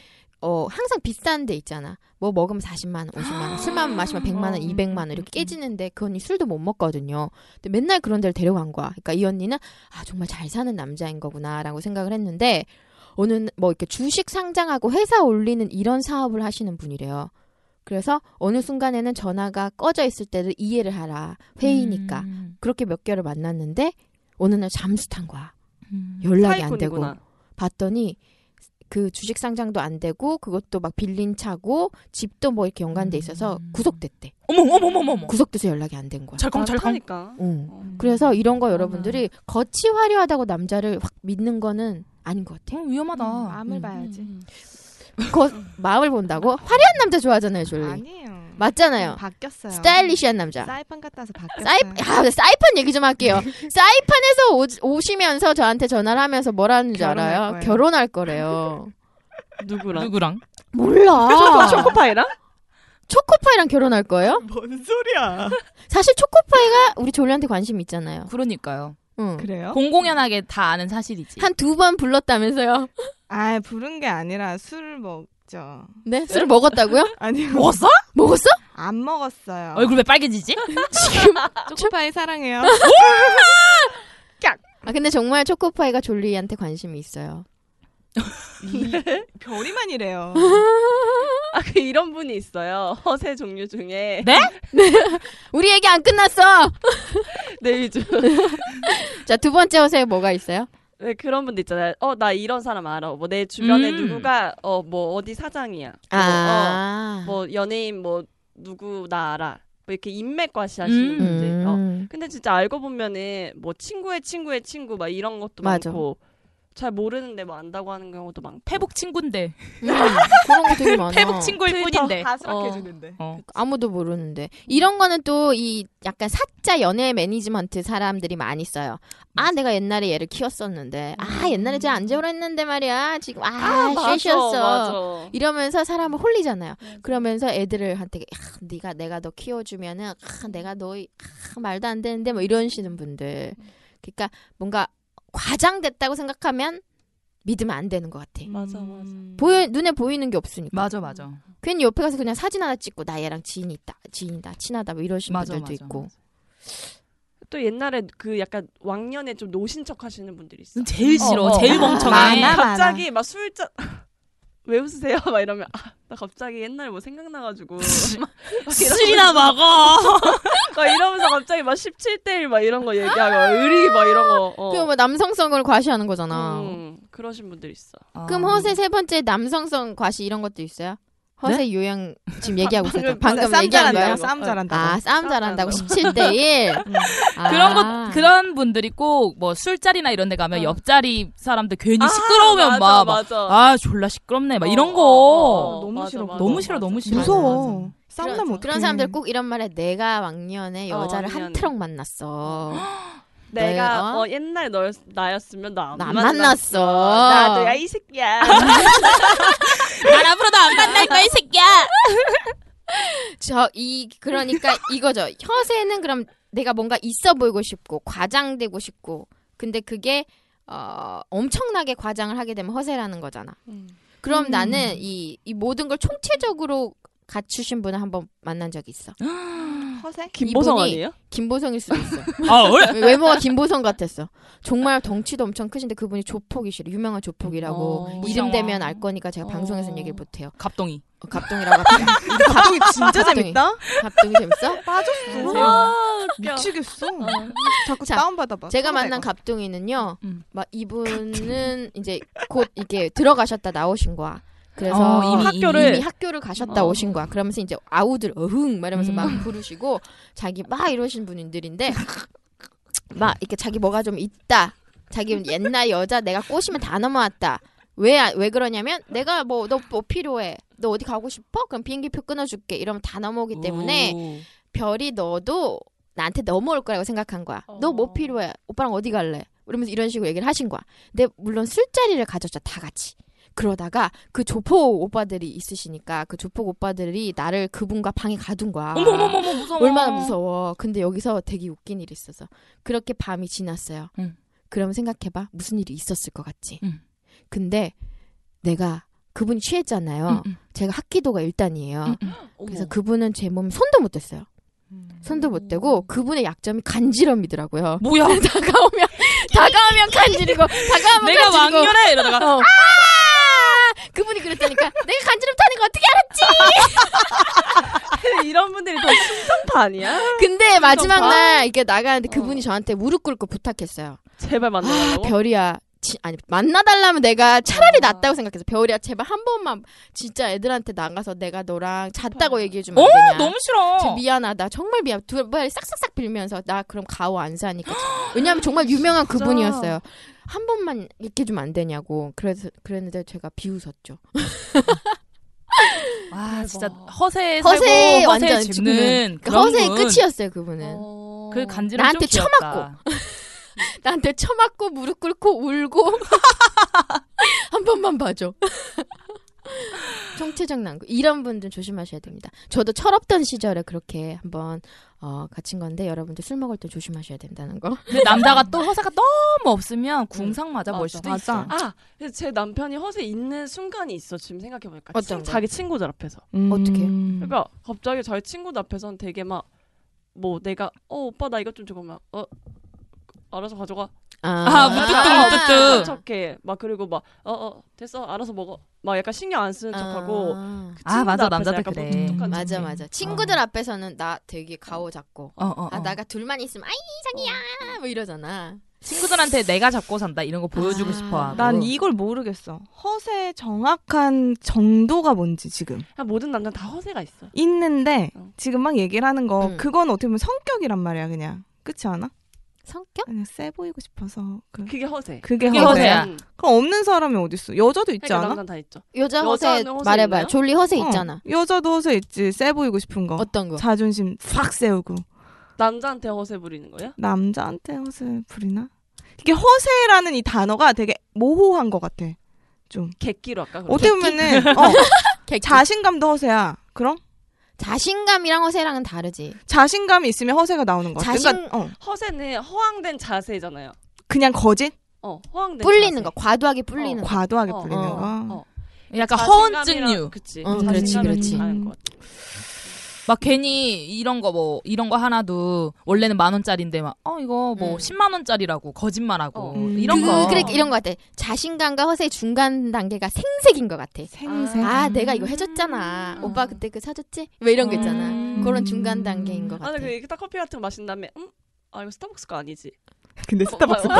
어 항상 비싼 데 있잖아. 뭐 먹으면 40만 원, 50만
아.
원, 술만 마시면 100만 원,
음,
200만 원 이렇게 깨지는데 그 언니 술도 못 먹거든요. 근데 맨날 그런 데를 데려간 거야. 그러니까 이 언니는 아 정말 잘 사는 남자인 거구나라고 생각을 했는데 어느 뭐 이렇게 주식 상장하고 회사 올리는 이런 사업을 하시는 분이래요. 그래서 어느 순간에는 전화가 꺼져 있을 때도 이해를 하라. 회의니까.
음.
그렇게 몇 개를 만났는데 어느 날 잠수 탄 거야.
음.
연락이 안 되고
사기꾼이구나. 아,
봤더니 그 주식 상장도 안 되고 그것도 막 빌린 차고 집도 뭐 이렇게 연관돼 있어서
음.
구속됐대.
어머 어머 어머 어머.
구속돼서 연락이 안 된 거야.
잘컹 잘컹.
그러니까.
응. 그래서 이런 거 여러분들이
음.
겉이 화려하다고 남자를 확 믿는 거는 아닌 것 같아.
어, 위험하다.
마음을
음.
봐야지.
겉 마음을 본다고 화려한 남자 좋아하잖아요, 졸리.
아니에요. 음,
맞잖아요.
바뀌었어요.
스타일리시한 남자.
사이판 갔다 와서 바뀌었어요.
사이, 아, 네, 사이판 얘기 좀 할게요. 사이판에서 오, 시면서 저한테 전화를 하면서 뭐라는지
결혼할
알아요?
거예요.
결혼할 거래요.
어, 누구랑?
누구랑?
그
몰라.
초코파이랑?
초코파이랑 결혼할 거예요?
뭔 소리야?
사실 초코파이가 우리 졸리한테 관심 있잖아요.
그러니까요.
응.
그래요?
공공연하게 다 아는 사실이지.
한 두 번 불렀다면서요?
아 부른 게 아니라 술을 먹죠.
네? 술을 먹었다고요?
아니요.
뭐?
먹었어?
먹었어?
안 먹었어요.
얼굴 왜 빨개지지?
아, 초코파이 사랑해요.
아, 근데 정말 초코파이가 졸리한테 관심이 있어요.
별이만 이래요.
아, 그 이런 분이 있어요. 허세 종류 중에
네?
우리 얘기 안 끝났어!
내위주.
자, 두 번째 허세 뭐가 있어요?
왜 네, 그런 분들 있잖아요. 어, 나 이런 사람 알아. 뭐 내 주변에
음.
누구가 어, 뭐 어디 사장이야. 뭐,
아.
어, 뭐 연예인 뭐 누구 나 알아. 뭐 이렇게 인맥과시 하시는
음.
분들. 어.
음.
근데 진짜 알고 보면은 뭐 친구의 친구의 친구 막 이런 것도
맞아.
많고 잘 모르는데 뭐 안다고 하는 경우도 많고.
페북 친구인데.
음, 그런 거 되게 많아.
페북 친구일
트위터.
뿐인데.
어.
주는데.
어.
아무도 모르는데 이런 거는 또 이 약간 사짜 연애 매니지먼트 사람들이 많이 써요. 아 내가 옛날에 얘를 키웠었는데 아 옛날에 쟤안 재혼했는데 말이야 지금 아 쉐셨어
맞아.
이러면서 사람을 홀리잖아요. 그러면서 애들한테 아, 네가 내가 너 키워주면은 아, 내가 너 이- 아, 말도 안 되는데 뭐 이러시는 분들. 그러니까 뭔가 과장됐다고 생각하면 믿으면 안 되는 것
음.
같아.
그렇죠,
맞아,
음.
보여 눈에 보이는 게 없으니까.
맞아 맞아.
괜히 옆에 가서 그냥 사진 하나 찍고 나 얘랑 지인이 있다 지인이다 친하다 뭐 이러신
맞아,
분들도
맞아,
있고
또 옛날에 그 약간 왕년에 좀 노신 척 하시는 분들이 있어.
제일 싫어.
어, 어.
제일 멍청해.
많아, 많아.
갑자기 막 술잔 왜 웃으세요? 막 이러면 아, 나 갑자기 옛날에 뭐 생각나가지고 막
술이나 먹어.
막 이러면서 갑자기 막 17대 1 막 이런 거 얘기하고 의리 막 이런 거. 어.
그뭐 남성성을 과시하는 거잖아
음, 그러신 분들 있어.
그럼
아.
허세 세 번째 남성성 과시 이런 것도
네?
있어요 허세 요양 지금 얘기하고 있어요
방금-
방금
싸움
얘기한 거예요
잘한다고. 싸움 잘한다고. 음.
아 싸움
싸움
잘한다고 아.
잘한다고.
17대 1
그런 것 그런 분들이 꼭 뭐 술자리나 이런 데 가면
어.
옆자리 사람들 괜히
아,
시끄러우면
맞아,
막 아
맞아.
졸라 시끄럽네 막
어,
이런 거
어, 어, 어,
너무
맞아,
싫어.
맞아,
너무 싫어
맞아.
너무 싫어
무서워. 싸움 나면
그런,
어떡해.
그런 사람들 꼭 이런 말에 내가 왕년에
어,
여자를 한
왕년에.
트럭 만났어
내가
네, 어?
어? 옛날 너 나였으면 나 안
나 안
만났어.
만났어.
나도 야이 새끼야.
난 앞으로도 안 만날 거야 이 새끼야
저 이 그러니까 이거죠. 허세는 그럼 내가 뭔가 있어 보이고 싶고 과장되고 싶고 근데 그게 어, 엄청나게 과장을 하게 되면 허세라는 거잖아.
음.
그럼 나는 이, 이 모든 걸 총체적으로 갖추신 분을 한번 만난 적이 있어.
허세?
김보성
이분이
아니에요?
김보성일 수도 있어.
아 그래
외모가 김보성 같았어. 정말 덩치도 엄청 크신데 그분이 조폭이 싫어. 유명한 조폭이라고
어,
이름
이상화.
대면 알 거니까 제가 방송에서는
어.
얘기를 못 해요.
갑동이
어, 갑동이라고 합니다.
아, 갑동이 진짜
갑동이.
재밌다.
갑동이 재밌어?
빠졌어.
와, 웃겨.
미치겠어. 자꾸
자,
다운받아봐.
제가
서로
만난
내가.
갑동이는요,
음.
막 이분은 이제 곧 이렇게 들어가셨다 나오신 거야. 그래서
어, 이미,
이미,
학교를
학교를 가셨다
어.
오신 거야. 그러면서 이제 아우들 어흥 말하면서 막
음.
부르시고 자기 막 이러신 분들인데 막 이렇게 자기 뭐가 좀 있다. 자기 옛날 여자 내가 꼬시면 다 넘어왔다. 왜 왜 그러냐면 내가 뭐 너 뭐 필요해. 너 어디 가고 싶어? 그럼 비행기표 끊어줄게. 이러면 다 넘어오기 때문에 별이 너도 나한테 넘어올 거라고 생각한 거야. 너 뭐
어.
필요해? 오빠랑 어디 갈래? 이러면서 이런 식으로 얘기를 하신 거야. 근데 물론 술자리를 가졌죠, 다 같이. 그러다가 그 조폭 오빠들이 있으시니까 그 조폭 오빠들이 나를 그분과 방에 가둔 거야.
어머 어머 어머 무서워
아, 얼마나 무서워. 근데 여기서 되게 웃긴 일이 있었어. 그렇게 밤이 지났어요.
응.
그럼 생각해봐. 무슨 일이 있었을 것 같지?
응.
근데 내가 그분이 취했잖아요. 제가 학기도가 일단이에요. 그래서
어머. 음.
그분은 제 몸에 손도 못 댔어요. 손도 못 대고 그분의 약점이 간지럼이더라고요.
뭐야?
다가오면 다가오면 간지리고 다가오면
내가
간지리고.
왕년에 이러다가
어. 아! 그분이 그랬다니까 내가 간지럼 타는 거 어떻게 알았지?
이런 분들이 더 충성파 아니야? 어.
근데 마지막
봐.
날 이렇게 나가는데 그분이 저한테 무릎 꿇고 부탁했어요.
제발 만나라고.
아, 별이야. 지- 아니 만나달라면 내가 차라리
아.
낫다고 생각해서 별이야 제발 한 번만 진짜 애들한테 나가서 내가 너랑
어.
잤다고 얘기해 주면 안 되냐?
아, 너무 싫어.
진짜 미안하다. 정말 미안. 두 발이 싹싹싹 빌면서 나 그럼 가오 안 사니까. 왜냐하면 정말 유명한 그분이었어요. 한 번만 이렇게 좀 안 되냐고. 그래서 그랬는데 제가 비웃었죠.
와 아, 진짜 허세 살고
허세
허세
완전
짚는
지금은
그런
허세의
분.
끝이었어요 그분은.
그 간지럼
나한테
좀 귀엽다.
나한테 처맞고 무릎 꿇고 울고 한 번만 봐줘. 정체적 난구 이런 분들 조심하셔야 됩니다. 저도 철없던 시절에 그렇게 한번 어, 갇힌 건데 여러분들 술 먹을 때 조심하셔야 된다는 거.
근데 남자가 또 허세가 너무 없으면 궁상 맞아
맞아,
볼 수도
맞아.
있어.
아, 그래서 제 남편이 허세 있는 순간이 있어. 지금 생각해 보니까
어떤 거?
자기 친구들 앞에서.
어떡해요?
음.
그러니까 갑자기 자기 친구들 앞에서는 되게 막 뭐 내가 어 오빠 나 이것 좀 줘봐 막 어 알아서 가져가
아, 무뚝뚝, 무뚝뚝.
척해 막 그리고 막 어 어 됐어 알아서 먹어 막 약간 신경 안 쓰는 척하고 그
아.
어.
음.
아 맞아
친구들
남자들
앞에서 약간
그래.
무뚝뚝한
맞아
척해.
맞아 친구들 앞에서는 나 되게 가오 잡고
어, 어,
아
어.
나가 둘만 있으면 아이 자기야 뭐 이러잖아
친구들한테 내가 잡고 산다 이런 거 보여주고
아.
싶어. 하고.
난 이걸 모르겠어. 허세 정확한 정도가 뭔지 지금
그냥 아, 모든 남자 다 허세가 있어
있는데
어.
지금 막 얘기를 하는 거
음.
그건 어떻게 보면 성격이란 말이야 그냥 그렇지 않아?
성격
그냥 세 보이고 싶어서 그,
그게 허세
그게
그게
허세야.
허세야.
음.
그럼 없는 사람이 어딨어? 여자도 있지
그러니까
않아?
남자 다 있죠
여자 허세
여자는 허세
말해봐
있나요?
요 졸리 허세
어,
있잖아
여자도 허세 있지. 세 보이고 싶은 거.
어떤 거
자존심 싹 세우고
남자한테 허세 부리는 거야
남자한테 허세 부리나? 이게 허세라는 이 단어가 되게 모호한 것 같아. 좀
객기로 아까
어떻게 보면은 어,
객기.
자신감도 허세야. 그럼
그 자신감이랑 허세랑은 다르지
자신감이 있으면 허세가 나오는 거 같아.
자신-
그러니까 어,
허세는 허황된 자세잖아요
그냥 거짓,
어 허황된
뿔리는
자세.
거 과도하게 뿔리는 거
과도하게
어,
부리는
어,
거.
어.
약간
자신감이랑-
허언증류.
그치
응, 그렇지,
자신감이
그렇지.
많은 것 같아.
막 괜히 이런 거 뭐 이런 거 하나도 원래는 만 원짜리인데 막 어 이거 뭐
음.
10만 원짜리라고 거짓말하고
어.
음.
이런
그,
거.
그래 이런 거 같아 자신감과 허세의 중간 단계가 생색인 거 같아
생생.
아 내가 이거 해줬잖아 오빠 그때 그 사줬지 뭐 이런 거 있잖아
음.
그런 중간 단계인 거 같아
아니 그 이렇게 딱 커피 같은 거 마신 다음에 음? 아 이거 스타벅스 거 아니지
근데 스타벅스
어, 어, 어.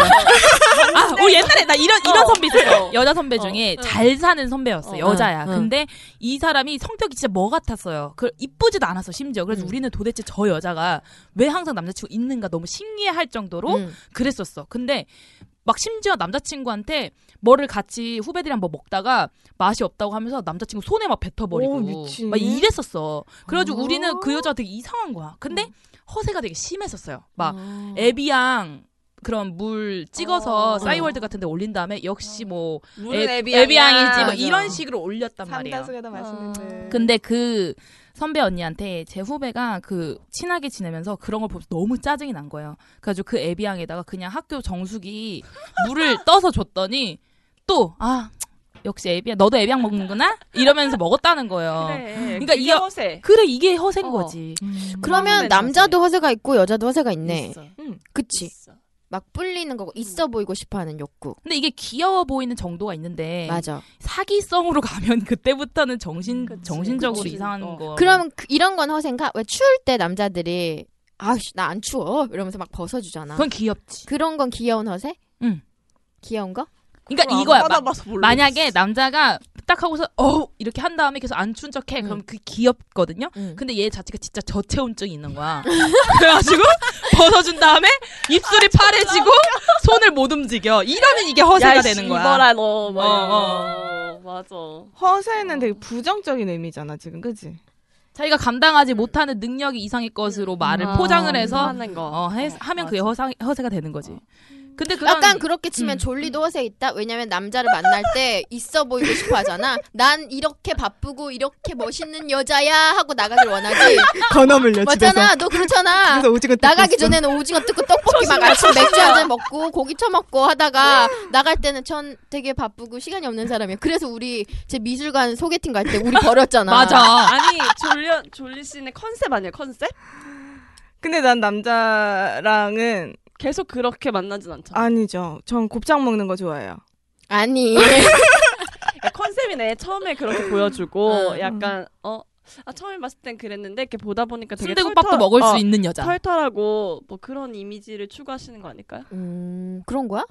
아, 우리 옛날에 나 이런 뭐, 이런
어.
선배
어.
있었어. 여자 선배
어.
중에
응.
잘 사는 선배였어.
어.
여자야.
응, 응.
근데 이 사람이 성격이 진짜 뭐 같았어요. 그 이쁘지도 않았어. 심지어. 그래서
음.
우리는 도대체 저 여자가 왜 항상 남자친구 있는가 너무 신기해 할 정도로
음.
그랬었어. 근데 막 심지어 남자친구한테 뭐를 같이 후배들이랑 뭐 먹다가 맛이 없다고 하면서 남자친구 손에 막 뱉어버리고
오, 미친.
막 이랬었어. 그래가지고
어.
우리는 그 여자가 되게 이상한 거야. 근데 허세가 되게 심했었어요. 막
어.
에비앙 그런 물 찍어서
어.
싸이월드 같은 데 올린 다음에 역시 뭐
물은
에-
에비앙이야.
에비앙이지 뭐
맞아. 아.
이런 식으로 올렸단 말이야.
어.
삼다수에다 맛있는데.
근데 그 선배 언니한테 제 후배가 그 친하게 지내면서 그런 걸 보면서 너무 짜증이 난 거예요. 그래가지고 그 애비양에다가 그냥 학교 정수기 물을 떠서 줬더니 또, 아, 역시 애비양, 너도 애비양 먹는구나? 이러면서 먹었다는 거예요. 그래,
그래
그러니까
그게
이게-
허세
이게 허세인
어.
거지.
그러면
음.
남자도 허세가 있고 여자도 허세가 있네 음.
있어.
그치
있어.
막 뿔리는 거고 있어 보이고 싶어하는 욕구.
근데 이게 귀여워 보이는 정도가 있는데
맞아.
사기성으로 가면 그때부터는 정신
그치.
정신적으로
그치.
이상한
어.
거.
그럼 그- 이런 건 허세인가? 왜 추울 때 남자들이 아씨 나 안 추워 이러면서 막 벗어주잖아.
그건 귀엽지.
그런 건 귀여운 허세?
응.
귀여운 거?
그러니까
안
이거야. 마-
받아봐서 모르겠어.
만약에 남자가 딱 하고서 어 이렇게 한 다음에 계속 안 추운 척해 그럼 그 귀엽거든요.
응.
근데 얘 자체가 진짜 저체온증이 있는 거야. 그래가지고 벗어준 다음에 입술이 파래지고 손을 못 움직여. 이러면 이게 허세가
야,
되는 거야.
씨발아, 너. 막
어,
이런 거.
어.
어, 맞아.
허세는
어.
되게 부정적인 의미잖아 지금 그지?
자기가 감당하지 못하는 능력이 이상의 것으로 말을
아,
포장을 해서
하는 거.
어, 해-
어,
하면
맞아.
그게 허세, 허세가 되는 거지. 근데 그런
약간 그렇게 치면 졸리도 허세 있다. 왜냐면 남자를 만날 때 있어 보이고 싶어 하잖아. 난 이렇게 바쁘고 이렇게 멋있는 여자야 하고 나가길 원하지.
건어물려
맞잖아. 너 그렇잖아.
그래서 오징어 뜯고
나가기
있어.
전에는 오징어 뜯고 떡볶이 막 아침 맥주 한 잔 먹고 고기 처먹고 하다가 나갈 때는 전 되게 바쁘고 시간이 없는 사람이에요. 그래서 우리 제 미술관 소개팅 갈 때 우리 버렸잖아.
아니 졸려 졸리 씨는 컨셉 아니에요 컨셉?
근데 난 남자랑은
어.
계속 그렇게 만나진 않잖아.
아니죠. 전 곱창 먹는 거 좋아해요.
아니.
야, 그러니까 컨셉이네. 처음에 그렇게 보여주고
어.
약간 어. 아, 처음에 봤을 땐 그랬는데 이렇게 보다 보니까 되게
순대국밥도
털털-
먹을
어,
수 있는 여자.
털털하고 뭐 그런 이미지를 추구하시는 거 아닐까요?
음, 그런 거야?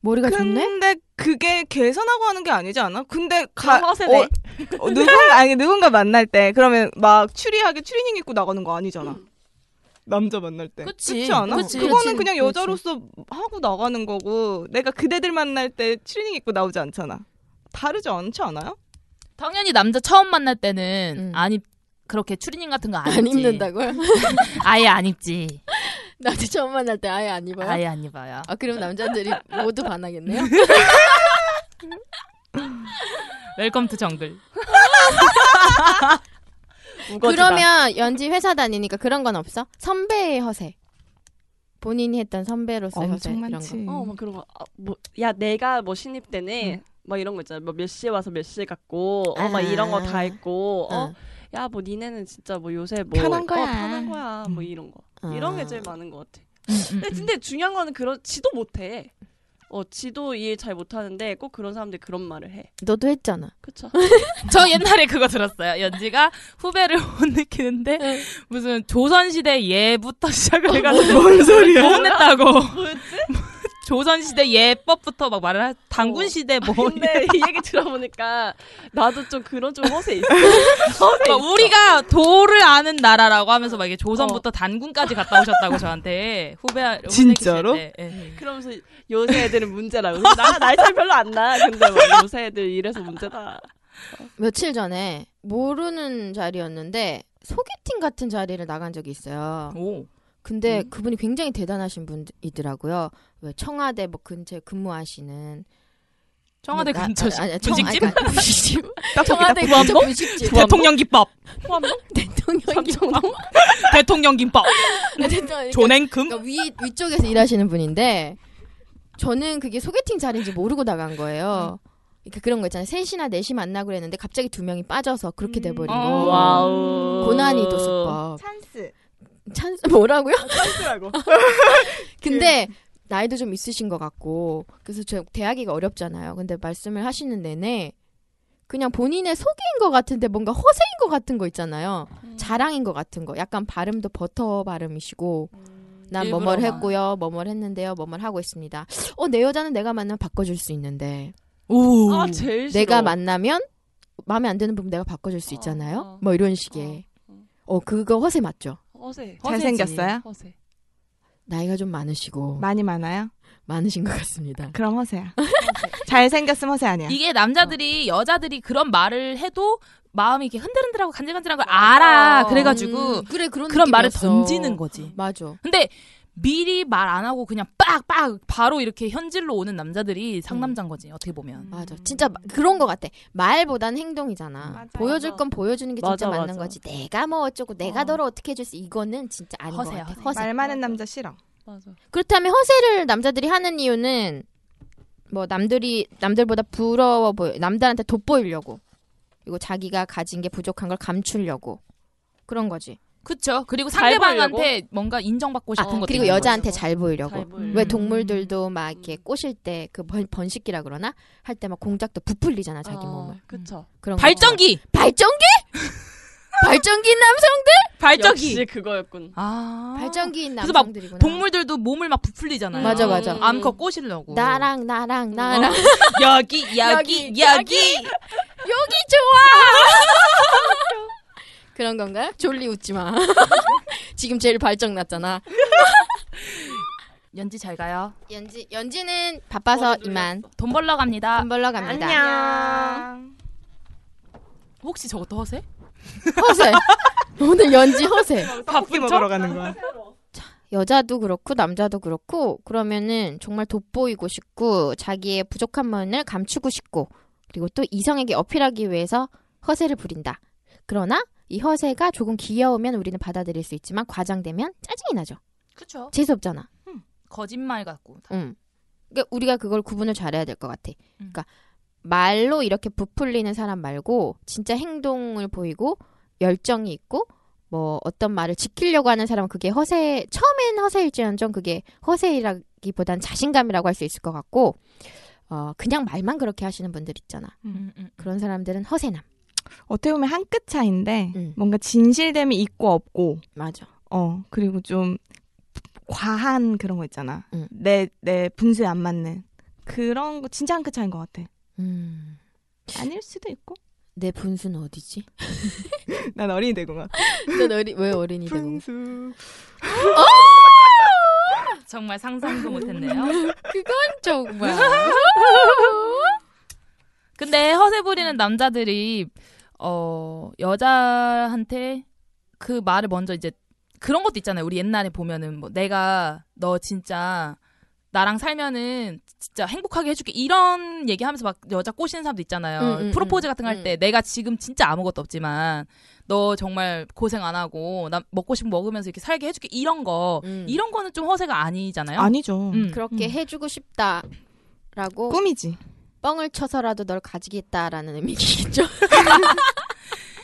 머리가 아, 좋네?
근데 그게 개선하고 하는 게 아니지 않아? 근데 가,
그럼 허세네.
어, 어, 누군가 아니 누군가 만날 때 그러면 막 추리하게 추리닝 입고 나가는 거 아니잖아. 남자 만날 때.
그치.
그렇지 않아?
그치.
거는
그렇지,
그냥
그렇지.
여자로서 하고 나가는 거고 내가 그대들 만날 때 추리닝 입고 나오지 않잖아. 다르지 않지 않아요?
당연히 남자 처음 만날 때는
음.
안 입, 그렇게 추리닝 같은 거 안 입지.
안 입는다고요?
아예 안 입지.
나도 처음 만날 때 아예 안 입어요.
아예 안 입어요.
아, 그럼 남자들이 모두 반하겠네요?
웰컴 투 정글.
우거지다.
그러면 연지 회사 다니니까 그런 건 없어? 선배의 허세. 본인이 했던 선배로서의 허세 네, 이런 거.
어, 막 그런 거. 아, 뭐, 야, 내가 뭐 신입 때는 막 이런 거 있잖아. 뭐 몇 시에 와서 몇 시에 갔고, 어,
아.
막 이런 거 다 했고, 어,
어.
야, 뭐 니네는 진짜 뭐 요새 뭐
편한
어,
거야.
편한 거야, 뭐 이런 거. 이런 게 제일 많은 것 같아. 근데, 근데 중요한 거는 그런 지도 못해. 어, 지도 이해 잘 못하는데 꼭 그런 사람들이 그런 말을 해.
너도 했잖아.
그쵸?
저 옛날에 그거 들었어요. 연지가 후배를 못 느끼는데 무슨 조선시대 예부터 시작을 해가지고
뭔 소리야?
못냈다고
뭐였지?
조선시대 예법부터 막 말을 하,
어.
당군시대 뭐
근데 이 얘기 들어보니까 나도 좀 그런 좀 허세 있어. 허세
막
있어.
우리가 도를 아는 나라라고 하면서 막 이게 조선부터 단군까지 갔다 오셨다고 저한테 후배 후배
진짜로?
계실 때, 예.
그러면서 요새 애들은 문제라고. 그래서 나 나이 차이 별로 안 나. 근데 막 요새 애들 이래서 문제다.
며칠 전에 모르는 자리였는데 소개팅 같은 자리를 나간 적이 있어요.
오
근데
음.
그분이 굉장히 대단하신 분이더라고요. 왜 청와대 뭐 근처에 근무하시는
청와대
나-
근처
아니, 아니, 청-
분식집
아니, 아. 그러니까 분식집. 청와대
청와대
근처 분식집.
대통령 기법
아,
대통령
대통령 김밥
아, 대통령
조냉금
그러니까 위 위쪽에서 일하시는 분인데 저는 그게 소개팅 자리인지 모르고 나간 거예요. 그러니까 그런 거 있잖아요. 셋이나 넷이 만나고 그랬는데 갑자기 두 명이 빠져서 그렇게 돼버린
어.
거.
와우.
고난이도 수법.
찬스.
찬 뭐라고요?
찬스라고.
근데 나이도 좀 있으신 것 같고 그래서 저 대하기가 어렵잖아요. 근데 말씀을 하시는 내내 그냥 본인의 소개인 것 같은데 뭔가 허세인 것 같은 거 있잖아요. 자랑인 것 같은 거. 약간 발음도 버터 발음이시고 난 뭐뭘
일부러만.
했고요, 뭐뭘 했는데요, 뭐뭘 하고 있습니다. 어 내 여자는 내가 만나면 바꿔줄 수 있는데 음.
오
아, 제일 싫어.
내가 만나면 마음에 안 드는 부분 내가 바꿔줄 수 있잖아요.
어, 어.
뭐 이런 식의 어 그거 허세 맞죠?
허세.
잘생겼어요?
허세.
나이가 좀 많으시고
많이 많아요?
많으신 것
음,
같습니다.
그럼 허세야. 잘생겼으면 허세 아니야.
이게
어.
남자들이 여자들이 그런 말을 해도 마음이 이렇게 흔들흔들하고 간질간질한 걸
맞아.
알아 그래가지고
음, 그래 그런
그런 말을
느낌이었어.
던지는 거지 음.
맞아.
근데 미리 말 안 하고 그냥 빡빡 바로 이렇게 현질로 오는 남자들이
음.
상남자인 거지 어떻게 보면
맞아. 진짜 마- 그런 것 같아. 말보단
음,
행동이잖아.
맞아,
보여줄
맞아.
건 보여주는 게 진짜
맞아,
맞는
맞아.
거지. 내가 뭐 어쩌고 내가
어.
너를 어떻게 해줄 수 이거는 진짜 아닌
허세야,
것 같아.
허세.
허세.
말 많은 남자 싫어.
맞아.
그렇다면 허세를 남자들이 하는 이유는 뭐 남들이 남들보다 부러워 보여 남들한테 돋보이려고 그리고 자기가 가진 게 부족한 걸 감추려고 그런 거지.
그쵸 그리고
잘
상대방한테 뭔가 인정받고
아
싶은 것도
그리고
있는
여자한테
거지.
잘 보이려고.
잘 보여.
왜
음.
동물들도 막 이렇게 꼬실 때 그 번식기라 그러나 할 때 막 공작도 부풀리잖아 자기
어,
몸을.
그쵸.
그런
거지.
거.
발전기
발전기? 발전기 있나?
발전기
역시 그거였군.
아
발전기 있는
그래서 막
남성들이구나.
동물들도 몸을 막 부풀리잖아요
맞아, 맞아.
음. 암컷
어.
꼬시려고
나랑 나랑 나랑
여기 여기
여기,
여기
여기 좋아. 그런 건가요? 졸리 웃지 마. 지금 제일 발정 났잖아.
연지 잘 가요
연지 연지는 바빠서 이만
돈 벌러 갑니다
돈 벌러 갑니다.
안녕.
혹시 저것도 허세?
허세. 오늘 연지 허세.
바쁘게 먹으러 가는 거야.
여자도 그렇고 남자도 그렇고 그러면은 정말 돋보이고 싶고 자기의 부족한 면을 감추고 싶고 그리고 또 이성에게 어필하기 위해서 허세를 부린다. 그러나 이 허세가 조금 귀여우면 우리는 받아들일 수 있지만 과장되면 짜증이 나죠.
그쵸.
재수 없잖아.
거짓말 같고.
음. 그러니까 우리가 그걸 구분을 잘해야 될 것 같아. 그러니까 말로 이렇게 부풀리는 사람 말고 진짜 행동을 보이고 열정이 있고 뭐 어떤 말을 지키려고 하는 사람은 그게 허세 처음엔 허세일지언정 그게 허세이라기보단 자신감이라고 할 수 있을 것 같고 어 그냥 말만 그렇게 하시는 분들 있잖아.
음, 음.
그런 사람들은 허세남.
어떻게 보면 한 끗 차인데
음.
뭔가 진실됨이 있고 없고
맞아.
어 그리고 좀 과한 그런 거 있잖아
음.
내 내 분수에 안 맞는 그런 거 진짜 한 끗 차인 것 같아
음.
아닐 수도 있고
내 분수는 어디지?
난 어린이 대공원
넌 어리 왜 어린이 되고?
분수
정말 상상도 못했네요.
그건 정말.
근데 허세 부리는 남자들이 어 여자한테 그 말을 먼저 이제 그런 것도 있잖아요. 우리 옛날에 보면은 뭐 내가 너 진짜 나랑 살면은 진짜 행복하게 해줄게 이런 얘기하면서 막 여자 꼬시는 사람도 있잖아요.
음, 음,
프로포즈
음.
같은 거 할 때 내가 지금 진짜 아무것도 없지만 너 정말 고생 안 하고 나 먹고 싶은 거 먹으면서 이렇게 살게 해줄게 이런 거
음.
이런 거는 좀 허세가 아니잖아요.
아니죠
음.
그렇게
음.
해주고 싶다라고
꿈이지
뻥을 쳐서라도 널 가지겠다라는 의미겠죠.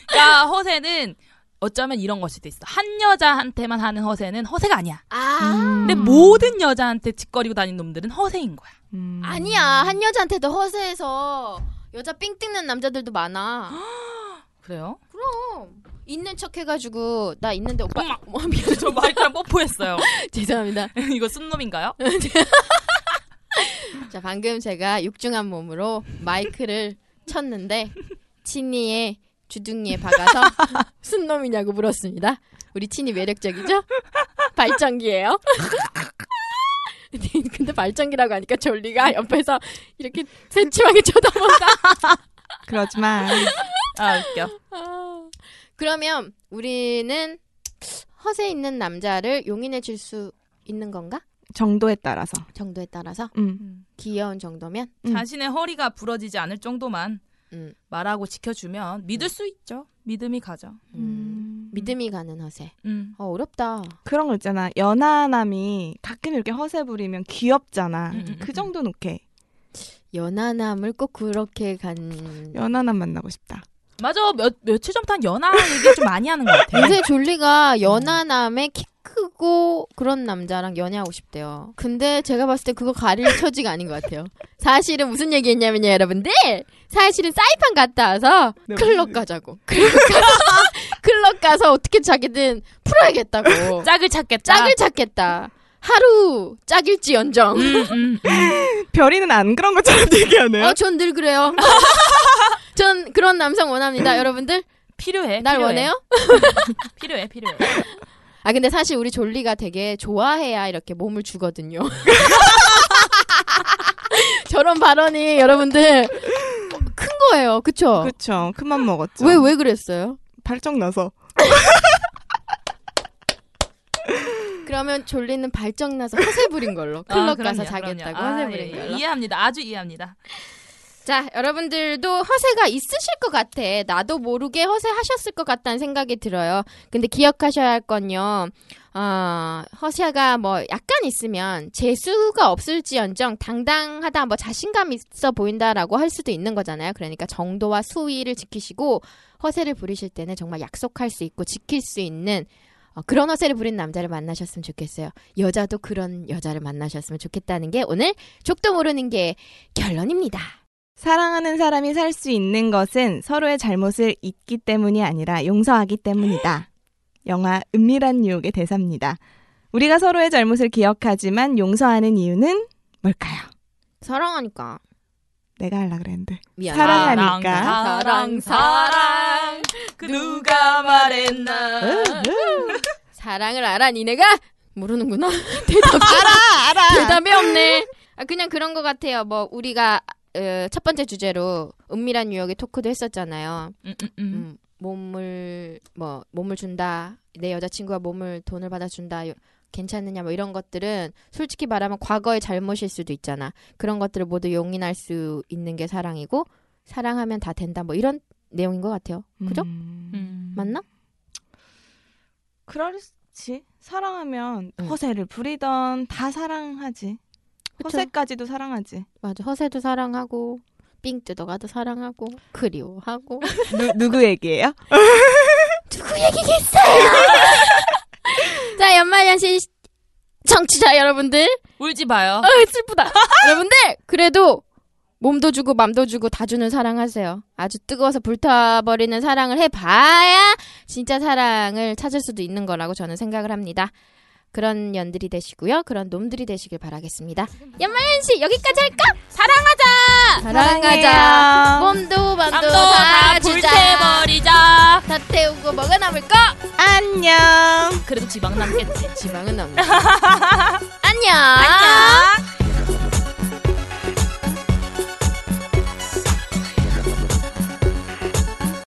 그러니까 허세는 어쩌면 이런 걸 수도 있어. 한 여자한테만 하는 허세는 허세가 아니야. 네.
아
근데 모든 여자한테 짓거리고 다니는 놈들은 허세인 거야.
음.
아니야 한 여자한테도 허세해서 여자 삥 뜯는 남자들도 많아.
그래요?
그럼 있는 척 해가지고 나 있는데 오빠
엄마.
뭐 미안
저 마이크랑 뽀뽀했어요.
죄송합니다.
이거 쓴 놈인가요?
자 방금 제가 육중한 몸으로 마이크를 쳤는데 친이의 주둥이에 박아서 쓴 놈이냐고 물었습니다. 우리 친이 매력적이죠? 발전기예요. 근데 발전기라고 하니까 졸리가 옆에서 이렇게 새침하게 쳐다본다.
그러지만
아 웃겨.
아. 그러면 우리는 허세 있는 남자를 용인해 줄 수 있는 건가?
정도에 따라서
정도에 따라서
음.
귀여운 정도면
음.
자신의 허리가 부러지지 않을 정도만
음.
말하고 지켜주면 믿을 수 있죠. 믿음이 가죠.
음. 믿음이 가는 허세.
음.
어, 어렵다.
그런 거 있잖아 연하남이 가끔 이렇게 허세 부리면 귀엽잖아
음, 음,
그
음.
정도는 오케이
연하남을 꼭 그렇게 간.
연하남 만나고 싶다
맞아. 몇 며칠 전부터 한 연하 얘기 좀 많이 하는 것 같아.
요새
음.
졸리가 연하남의 키 크고 그런 남자랑 연애하고 싶대요. 근데 제가 봤을 때 그거 가릴 처지가 아닌 것 같아요. 사실은 무슨 얘기했냐면요, 여러분들. 사실은 사이판 갔다 와서
네,
클럽
무슨-
가자고. 클럽 가서, 클럽 가서 어떻게 자기든
아,
풀어야겠다고.
짝을 찾겠다.
짝을 찾겠다. 하루 짝일지연정.
음, 음, 음.
별이는 안 그런 것처럼 얘기하네요
어, 전 늘 그래요. 전 그런 남성 원합니다, 여러분들.
필요해.
날
필요해.
원해요?
필요해. 필요해.
아 근데 사실 우리 졸리가 되게 좋아해야 이렇게 몸을 주거든요. 저런 발언이 여러분들 큰 거예요, 그쵸?
그쵸 큰맘 먹었죠
왜왜 그랬어요?
발정 나서
그러면 졸리는 발정 나서 허세 부린 걸로 클럽
아, 그럼요,
가서 자겠다고
그럼요. 아,
허세 부린
예,
걸로.
이해합니다. 아주 이해합니다.
자, 여러분들도 허세가 있으실 것 같아. 나도 모르게 허세하셨을 것 같다는 생각이 들어요. 근데 기억하셔야 할 건요. 어, 허세가 뭐 약간 있으면 재수가 없을지언정 당당하다, 뭐 자신감 있어 보인다라고 할 수도 있는 거잖아요. 그러니까 정도와 수위를 지키시고 허세를 부리실 때는 정말 약속할 수 있고 지킬 수 있는 어, 그런 허세를 부리는 남자를 만나셨으면 좋겠어요. 여자도 그런 여자를 만나셨으면 좋겠다는 게 오늘 족도 모르는 게 결론입니다.
사랑하는 사람이 살 수 있는 것은 서로의 잘못을 잊기 때문이 아니라 용서하기 때문이다. 영화 은밀한 유혹의 대사입니다. 우리가 서로의 잘못을 기억하지만 용서하는 이유는 뭘까요?
사랑하니까
내가 하려 그랬는데.
미안.
사랑하-
아,
사랑하니까.
사랑, 사랑.
그 누가 말했나.
음. 사랑을 알아 니네가 모르는구나. 대답 알아 알아. 대답이 없네. 아, 그냥 그런 것 같아요. 뭐 우리가 어, 첫 번째 주제로 은밀한 유혹의 토크도 했었잖아요.
음, 음, 음.
음, 몸을 뭐 몸을 준다. 내 여자친구가 몸을 돈을 받아준다. 요- 괜찮느냐 뭐 이런 것들은 솔직히 말하면 과거의 잘못일 수도 있잖아. 그런 것들을 모두 용인할 수 있는 게 사랑이고 사랑하면 다 된다 뭐 이런 내용인 것 같아요. 그죠?
음.
음.
음.
맞나?
그렇지. 사랑하면 허세를 부리던 다 사랑하지.
네. 그쵸.
허세까지도 사랑하지.
맞아. 허세도 사랑하고 삥 뜯어가도 사랑하고 그리워하고
누, 누구에게요?
누구 얘기겠어요? 자 연말연시 시- 청취자 여러분들
울지 마요.
어, 슬프다. 여러분들 그래도 몸도 주고 맘도 주고 다 주는 사랑하세요. 아주 뜨거워서 불타버리는 사랑을 해봐야 진짜 사랑을 찾을 수도 있는 거라고 저는 생각을 합니다. 그런 연들이 되시고요. 그런 놈들이 되시길 바라겠습니다. 연말연시 여기까지 할까? 사랑하자. 사랑하자. 몸도 맘도
땀도
다
다
주자.
불태버리자.
다 태우고 뭐가 남을 까
안녕.
그래도 지방 남겠지.
지방은 없네. 안녕. 안녕.